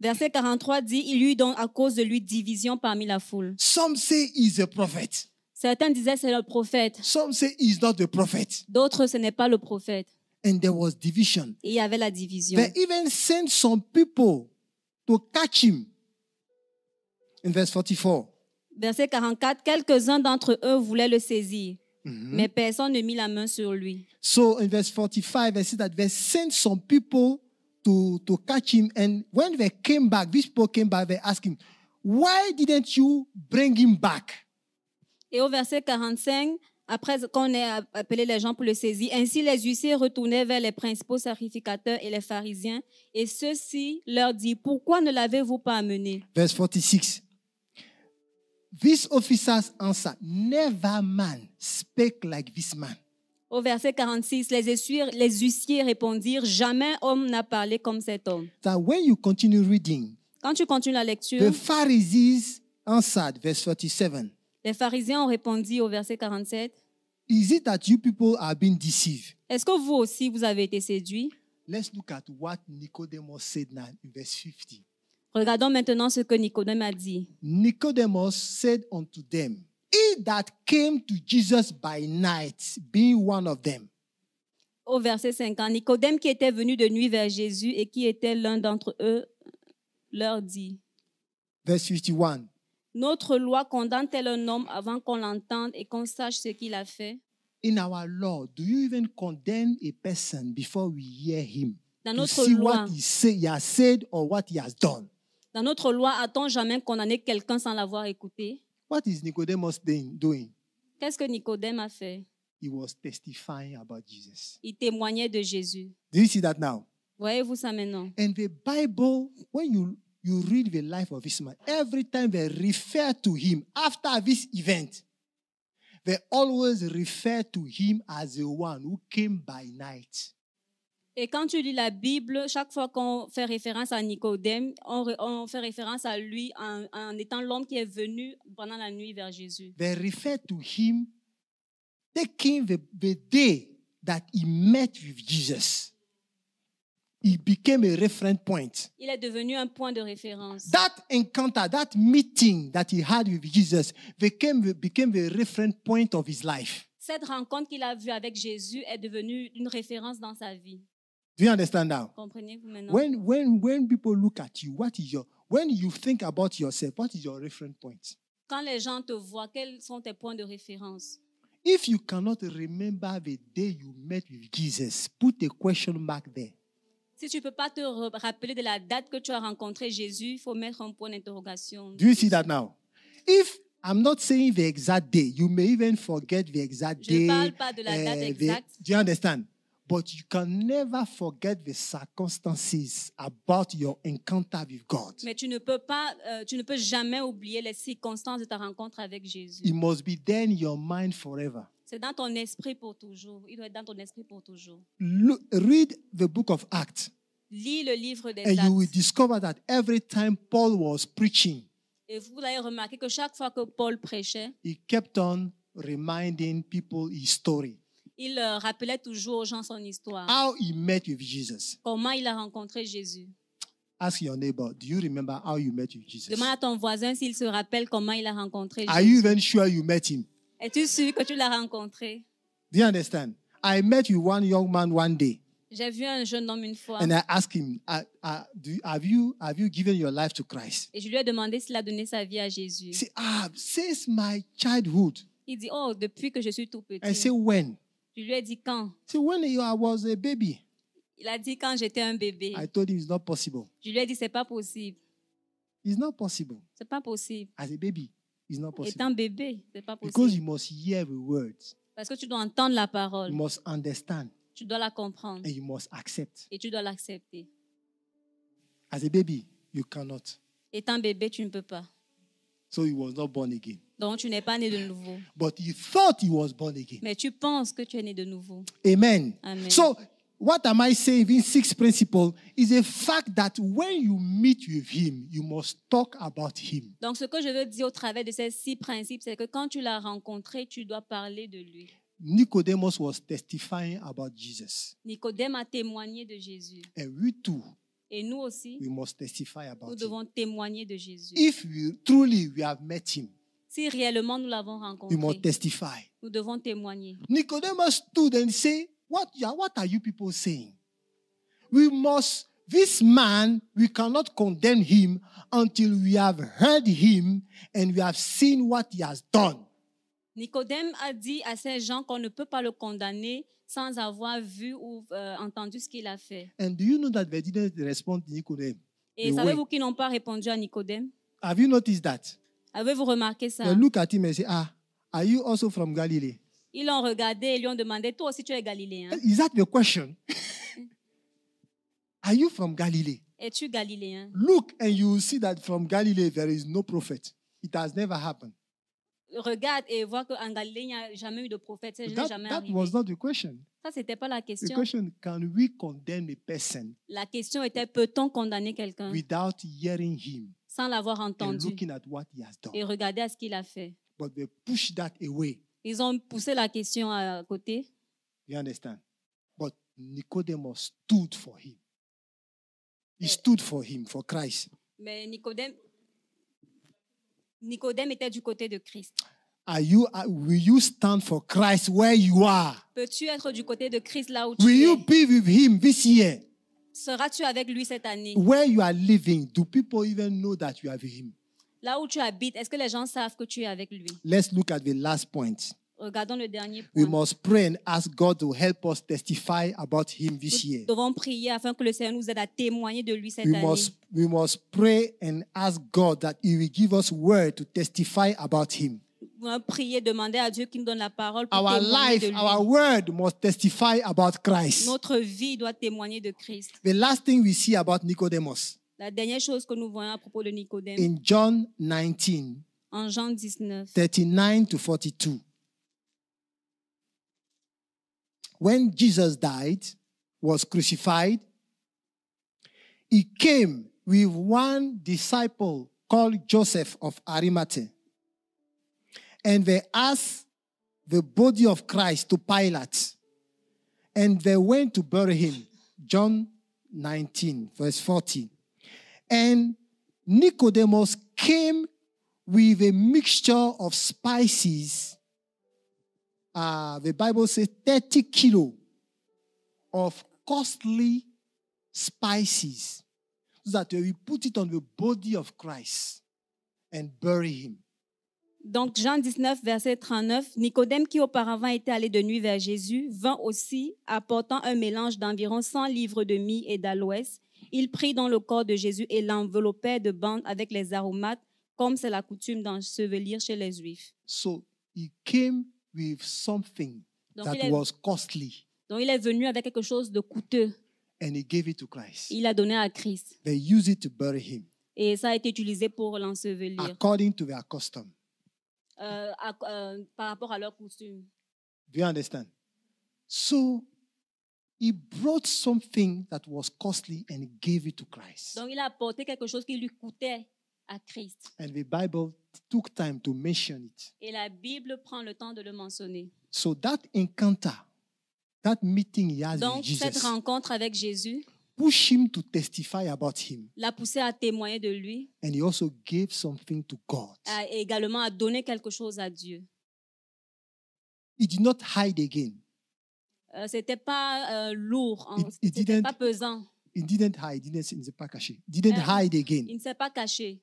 Verset 43 dit il y eut donc à cause de lui division parmi la foule. Some say he's a prophet. Certains disaient c'est le prophète, Some say he's not the prophet. d'autres ce n'est pas le prophète. And there was division. Et il y avait la division. They even sent some people to catch him. In verse 44. Verset 44, quelques-uns d'entre eux voulaient le saisir, Mhm. mais personne ne mit la main sur lui. So in verse 45, they see that they sent some people to, to catch him. And when they came back, these people came back, they asked him, Why didn't you bring him back? Et au verset 45, après qu'on ait appelé les gens pour le saisir, ainsi les huissiers retournaient vers les principaux sacrificateurs et les pharisiens, et ceux-ci leur dirent, pourquoi ne l'avez-vous pas amené Verse 46. These officers answered, Never man spake like this man. Au verset 46, les, essuies- les huissiers répondirent, jamais homme n'a parlé comme cet homme. That when you continue reading, Quand tu continues la lecture, the Pharisees answered, verse 47. les pharisiens ont répondu au verset 47, Is it that you people are being deceived? est-ce que vous aussi vous avez été séduits Let's look at what Nicodemus said now in verse 50. Regardons maintenant ce que Nicodème a dit. Nicodemus said unto them, He that came to Jesus by night, being one of them. Au verset 50, Nicodème qui était venu de nuit vers Jésus et qui était l'un d'entre eux, leur dit, Verse 51. Notre loi condamne tel un homme avant qu'on l'entende et qu'on sache ce qu'il a fait. In our law, do you even condemn a person before we hear him? Dans To notre see loi, what he, say, he has said or what he has done. dans notre loi, a-t-on jamais condamné quelqu'un sans l'avoir écouté What is Nicodemus doing- doing? Qu'est-ce que Nicodème a fait He was testifying about Jesus. Il témoignait de Jésus. Do you see that now? Voyez-vous ça maintenant And the Bible, when you, you read the life of this man, every time they refer to him after this event, they always refer to him as the one who came by night. Et quand tu lis la Bible, chaque fois qu'on fait référence à Nicodème, on, ré- on fait référence à lui en, en étant l'homme qui est venu pendant la nuit vers Jésus. They refer to him taking the, the day that he met with Jesus. He became a reference point. Il est devenu un point de référence. That encounter, that meeting that he had with Jesus became, became the reference point of his life. Cette rencontre qu'il a vue avec Jésus est devenue une référence dans sa vie. Do you understand now? Comprenez-vous maintenant When when when people look at you, what is your when you think about yourself, what is your reference point? Quand les gens te voient, quels sont tes points de référence If you cannot remember the day you met with Jesus, put a question mark there. Si tu ne peux pas te re- rappeler de la date que tu as rencontré Jésus, il faut mettre un point d'interrogation. Do you see that now? If I'm not saying the exact day, you may even forget the exact Je ne day. parle pas de la date eh, the- exacte. do you understand? But you can never forget the circumstances about your encounter with God. Mais tu ne peux pas, euh, tu ne peux jamais oublier les circonstances de ta rencontre avec Jésus. It must be there in your mind forever. C'est dans ton esprit pour toujours. Il doit être dans ton esprit pour toujours. Look, read the book of Acts. Lis le livre des And you will actes. discover that every time Paul was preaching, Et vous allez remarquer que chaque fois que Paul prêchait, he kept on reminding people his story, il euh, rappelait toujours aux gens son histoire. how he met with Jesus. Comment il a rencontré Jésus. Ask your neighbor, do you remember how you met with Jesus? Demande à ton voisin s'il se rappelle comment il a rencontré Are you Jésus. even sure you met him? Es-tu sûr que tu l'as rencontré? Do you understand? I met with one young man one day, J'ai vu un jeune homme une fois and I asked him, "Ah, ah, do you- have, you, have you given your life to Christ? et je lui ai demandé s'il a donné sa vie à Jésus. He said, ah, since my childhood. Il dit, oh, depuis que je suis tout I petit. said, when? Je lui ai dit quand. He said, when you- I was a baby. Il a dit quand j'étais un bébé. I told him it's not possible. Je lui ai dit c'est pas possible, It's not possible. c'est pas possible. As a baby, it's not possible. Étant bébé, c'est pas Because possible. you must hear the words, Parce que tu dois entendre la you parole, must understand, tu dois la comprendre and you must accept. et tu dois l'accepter. As a baby, you cannot. Étant bébé, tu ne peux pas. So he was not born again. Donc tu n'es pas né de nouveau, But he thought he was born again. mais tu penses que tu es né de nouveau. Amen. Amen. So, what am I saying in sixth principle is a fact that when you meet with him, you must talk about him. Donc ce que je veux dire au travers de ces six principes, c'est que quand tu l'as rencontré, tu dois parler de lui. Nicodemus was testifying about Jesus. Nicodème a témoigné de Jésus And we too, et nous aussi, we must testify nous about him. devons témoigner de Jésus. If we truly we have met him, Si réellement nous l'avons we must rencontré, testify. nous devons témoigner. Nicodemus stood and said, what, you are- what are you people saying? We must, this man, we cannot condemn him until we have heard him and we have seen what he has done. Nicodème a dit à ces gens qu'on ne peut pas le condamner sans avoir vu ou euh, entendu ce qu'il a fait. And do you know that they didn't respond to Nicodemus? Et Oui. savez-vous qu'ils n'ont pas répondu à Nicodème Have you noticed that? Avez-vous remarqué ça They look at him and say, ah, Are you also from Galilee? Ils l'ont regardé et lui ont demandé, toi aussi tu es galiléen. Is that the question? Are you from Galilee? Es-tu galiléen Look, and you will see that from Galilee there is no prophet. It has never happened. Regarde et vois qu'en Galilée, il n'y a jamais eu de prophète. Ça But n'est that, jamais that arrivé. was not the question. Ça, ce n'était pas la The question. question can we condemn a person La question était, peut-on condamner quelqu'un without hearing him sans l'avoir and Hmm. entendu looking at what he has et done? regarder à ce qu'il a fait But they push that away. Ils ont poussé la question à côté. You understand? But Nicodemus stood for him. He Eh. stood for him, for Christ. Mais Nicodème, Nicodème était du côté de Christ. Are you, are- will you stand for Christ where you are? Peux-tu être du côté de Christ là où tu Will you es be with him this year? Seras-tu avec lui cette année Where you are living, do people even know that you are with him? Là où tu habites, est-ce que les gens savent que tu es avec lui Let's look at the last point. Regardons le dernier We point. must pray and ask God to help us testify about him this Nous year. devons prier afin que le Seigneur nous aide à témoigner de lui cette We année. must, we must pray and ask God that he will give us word to testify about him. Nous devons prier, demander à Dieu qu'il nous donne la parole pour Our témoigner life, de lui. our word must testify about Christ. Notre vie doit témoigner de Christ. The last thing we see about Nicodemus La dernière chose que nous voyons à propos de Nicodème, in John 19, en Jean 19, 39 to 42. When Jesus died, was crucified, he came with one disciple called Joseph of Arimathea. And they asked the body of Christ to Pilate. And they went to bury him. John 19, verse 40. And Nicodemus came with a mixture of spices. Uh, the Bible says 30 kilo of costly spices so that we put it on the body of Christ and bury him. Donc Jean 19, verset 39, Nicodème qui auparavant était allé de nuit vers Jésus, vint aussi, apportant un mélange d'environ 100 livres de mie et d'aloès. Il prit dans le corps de Jésus et l'enveloppait de bandes avec les aromates, comme c'est la coutume d'ensevelir chez les Juifs. So he came with something Donc that il, est, was costly donc il est venu avec quelque chose de coûteux. and he gave it to Christ. Il a donné à Christ. They used it to bury him Et ça a été utilisé pour l'ensevelir according to their custom. euh, à- euh, par rapport à leur coutume. Do you understand? So he brought something that was costly and gave it to Christ. Donc il a apporté quelque chose qui lui coûtait à Christ. And the Bible took time to mention it. Et la Bible prend le temps de le mentionner. So that encounter, that meeting he has Donc, with cette Jesus, rencontre avec Jésus pushed him to testify about him. l'a poussé à témoigner de lui, And he also gave something to God. à- et également à donner quelque chose à Dieu. He did not hide again. Euh, c'était pas euh, lourd, hein, It- it c'était didn't- pas pesant. He didn't hide. He didn't, he didn't Eh. hide again. Il ne s'est pas caché.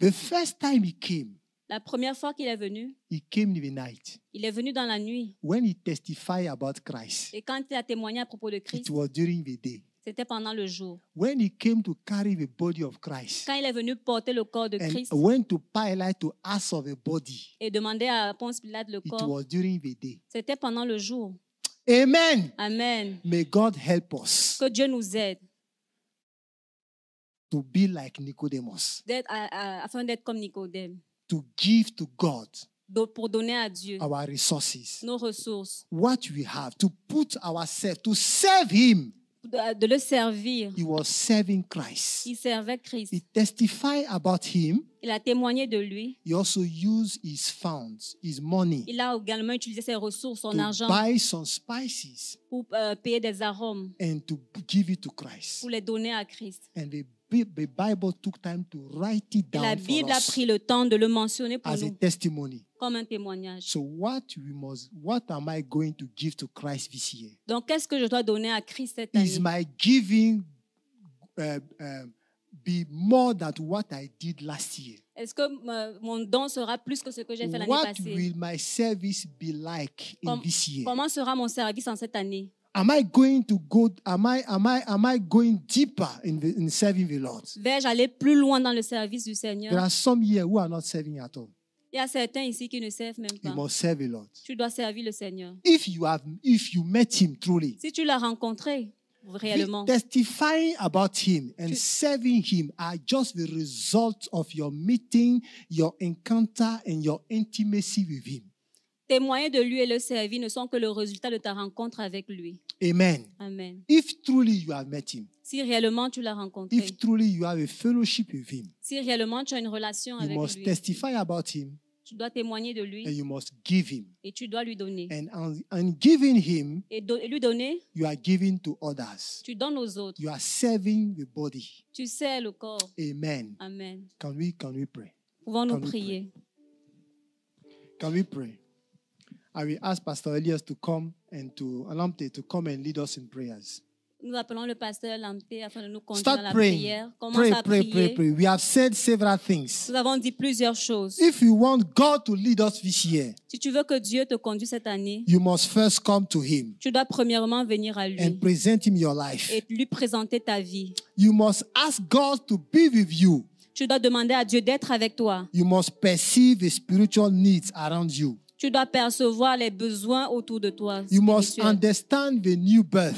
The first time he came, La première fois qu'il est venu, he came in the night. il est venu dans la nuit. When he testified about Christ, Et quand il a témoigné à propos de it Christ, was during the day. c'était pendant le jour. when he came to carry the body of Christ Quand il est venu porter le corps de and oh, Christ went to Pilate to ask of a body, et demander à Ponce Pilate le it corps, was during the day. c'était pendant le jour. Amen. Amen. May God help us Que Dieu nous aide to be like Nicodemus, d'être à- à- afin d'être comme Nicodème, to give to God do- pour donner à Dieu our resources, nos ressources. what we have, to put ourselves, to serve Him. de de le servir. He was serving Christ. Il servait Christ. He testified about Him. Il a témoigné de lui. He also used his funds, his money, Il a également utilisé ses ressources, son to argent, buy some spices pour euh, payer des arômes, and to give it to Christ. pour les donner à Christ. And the, Bi- the Bible took time to write it Et la down for Bible a us pris le temps de le mentionner pour as a nous, testimony. comme un témoignage. So what we must, what am I going to give to Christ this year? Donc, qu'est-ce que je dois donner à Christ cette Is année? my giving uh, um, be more than what I did last year? Est-ce que euh, mon don sera plus que ce que j'ai fait l'année What passée? will my service be like in Com- this year? Comment sera mon service en cette année? Am I going to go? Am I am I am I going deeper in the, in serving the Lord? Vais-je aller plus loin dans le service du There Seigneur? are some here who are not serving at all. Il y a certains ici qui ne servent même You pas. must serve a lot. Tu dois servir le Seigneur. If you have, if you met him truly, Si tu l'as rencontré réellement, testifying about him and Tu- serving him are just the result of your meeting, your encounter, and your intimacy with him. témoigner de lui et le servir ne sont que le résultat de ta rencontre avec lui. Amen. Amen. If truly you have met him, Si réellement tu l'as rencontré, if truly you have a fellowship with him, si réellement tu as une relation you avec must lui, testify about him tu dois témoigner de and lui you must give him. et tu dois lui donner. And, and, and giving him, Et, do- et lui donner, you are giving to others. tu donnes aux autres. You are serving the body. Tu sais le corps. Amen. Amen. Can we can we pray? Pouvons-nous Can we prier? Can we pray? I will ask Pastor Elias to come and to Alamte to come and lead us in prayers. Nous appelons le pasteur Lamté afin de nous conduire à Start la praying. prière. Commence Pray, à pray, prier. pray, pray. We have said several things. Nous avons dit plusieurs choses. If you want God to lead us this year, Si tu veux que Dieu te conduise cette année, you must first come to Him tu dois premièrement venir à lui and present Him your life. et lui présenter ta vie. You must ask God to be with you. Tu dois demander à Dieu d'être avec toi. You must perceive the spiritual needs around you. Tu dois percevoir les besoins autour de toi. You must spirituels. understand the new birth.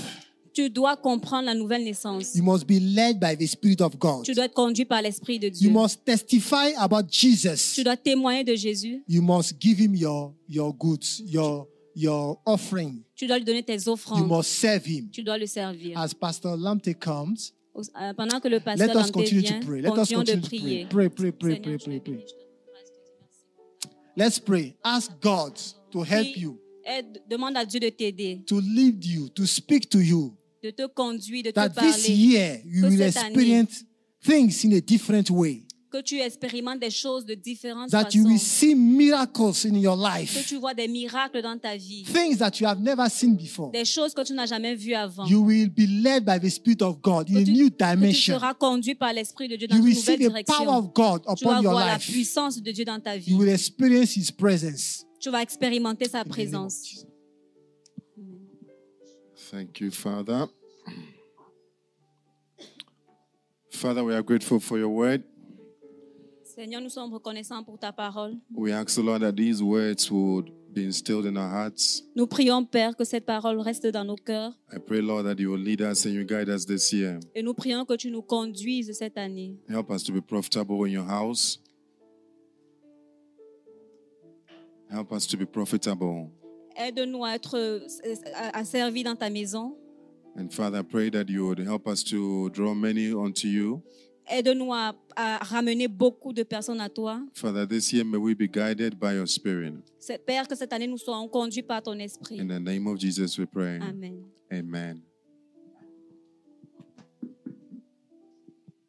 Tu dois comprendre la nouvelle naissance. You must be led by the Spirit of God. Tu dois être conduit par l'Esprit de You Dieu. must testify about Jesus. Tu dois témoigner de Jésus. you must give him your your goods, your your offering. Tu dois lui donner tes You offrandes. must serve him. Tu dois le servir. As Pastor Lamte comes, Au- euh, Pendant que le pasteur let us Lamté continue vient, to pray. Let us continuons de continue prier. to pray. Pray, pray, pray, pray, Seigneur, je te pray, pray. bénis, je te bénis, je te bénis. Let's pray. Ask God to help you, Aide- Eh, demande à Dieu de t'aider, to lead you, to speak to you. de te conduire, de te That this parler, year you que will cette année- experience things in a different way. que tu expérimentes des choses de différentes That you will façons, see miracles in your que life. tu vois des miracles dans ta vie, Things that you have never seen before. des choses que tu n'as jamais vues avant. You will be led by the Spirit of God in a que tu, new que tu dimension. seras conduit par l'Esprit de Dieu dans You will une see nouvelle the power direction. of God Tu vas upon your voir la life. puissance de Dieu dans ta vie. You will experience His presence. Tu vas expérimenter sa In the name of présence. Jesus. Thank you, Father. Father, we are grateful for your word. Seigneur, nous sommes reconnaissants pour ta parole. We ask the Lord that these words would be instilled in our hearts. Nous prions, Père, que cette parole reste dans nos cœurs I pray, Lord, that you will lead us and you guide us this year. et nous prions que tu nous conduises cette année. Help us to be profitable in your house. Help us to be profitable. Aide-nous à être euh, à- à servir dans ta maison. And Father, I pray that you would help us to draw many unto you. Aide-nous à, à ramener beaucoup de personnes à toi. Father, this year may we be guided by your spirit. C'est- Père, que cette année nous soyons conduits par ton esprit. In the name of Jesus, we pray. Amen. Amen.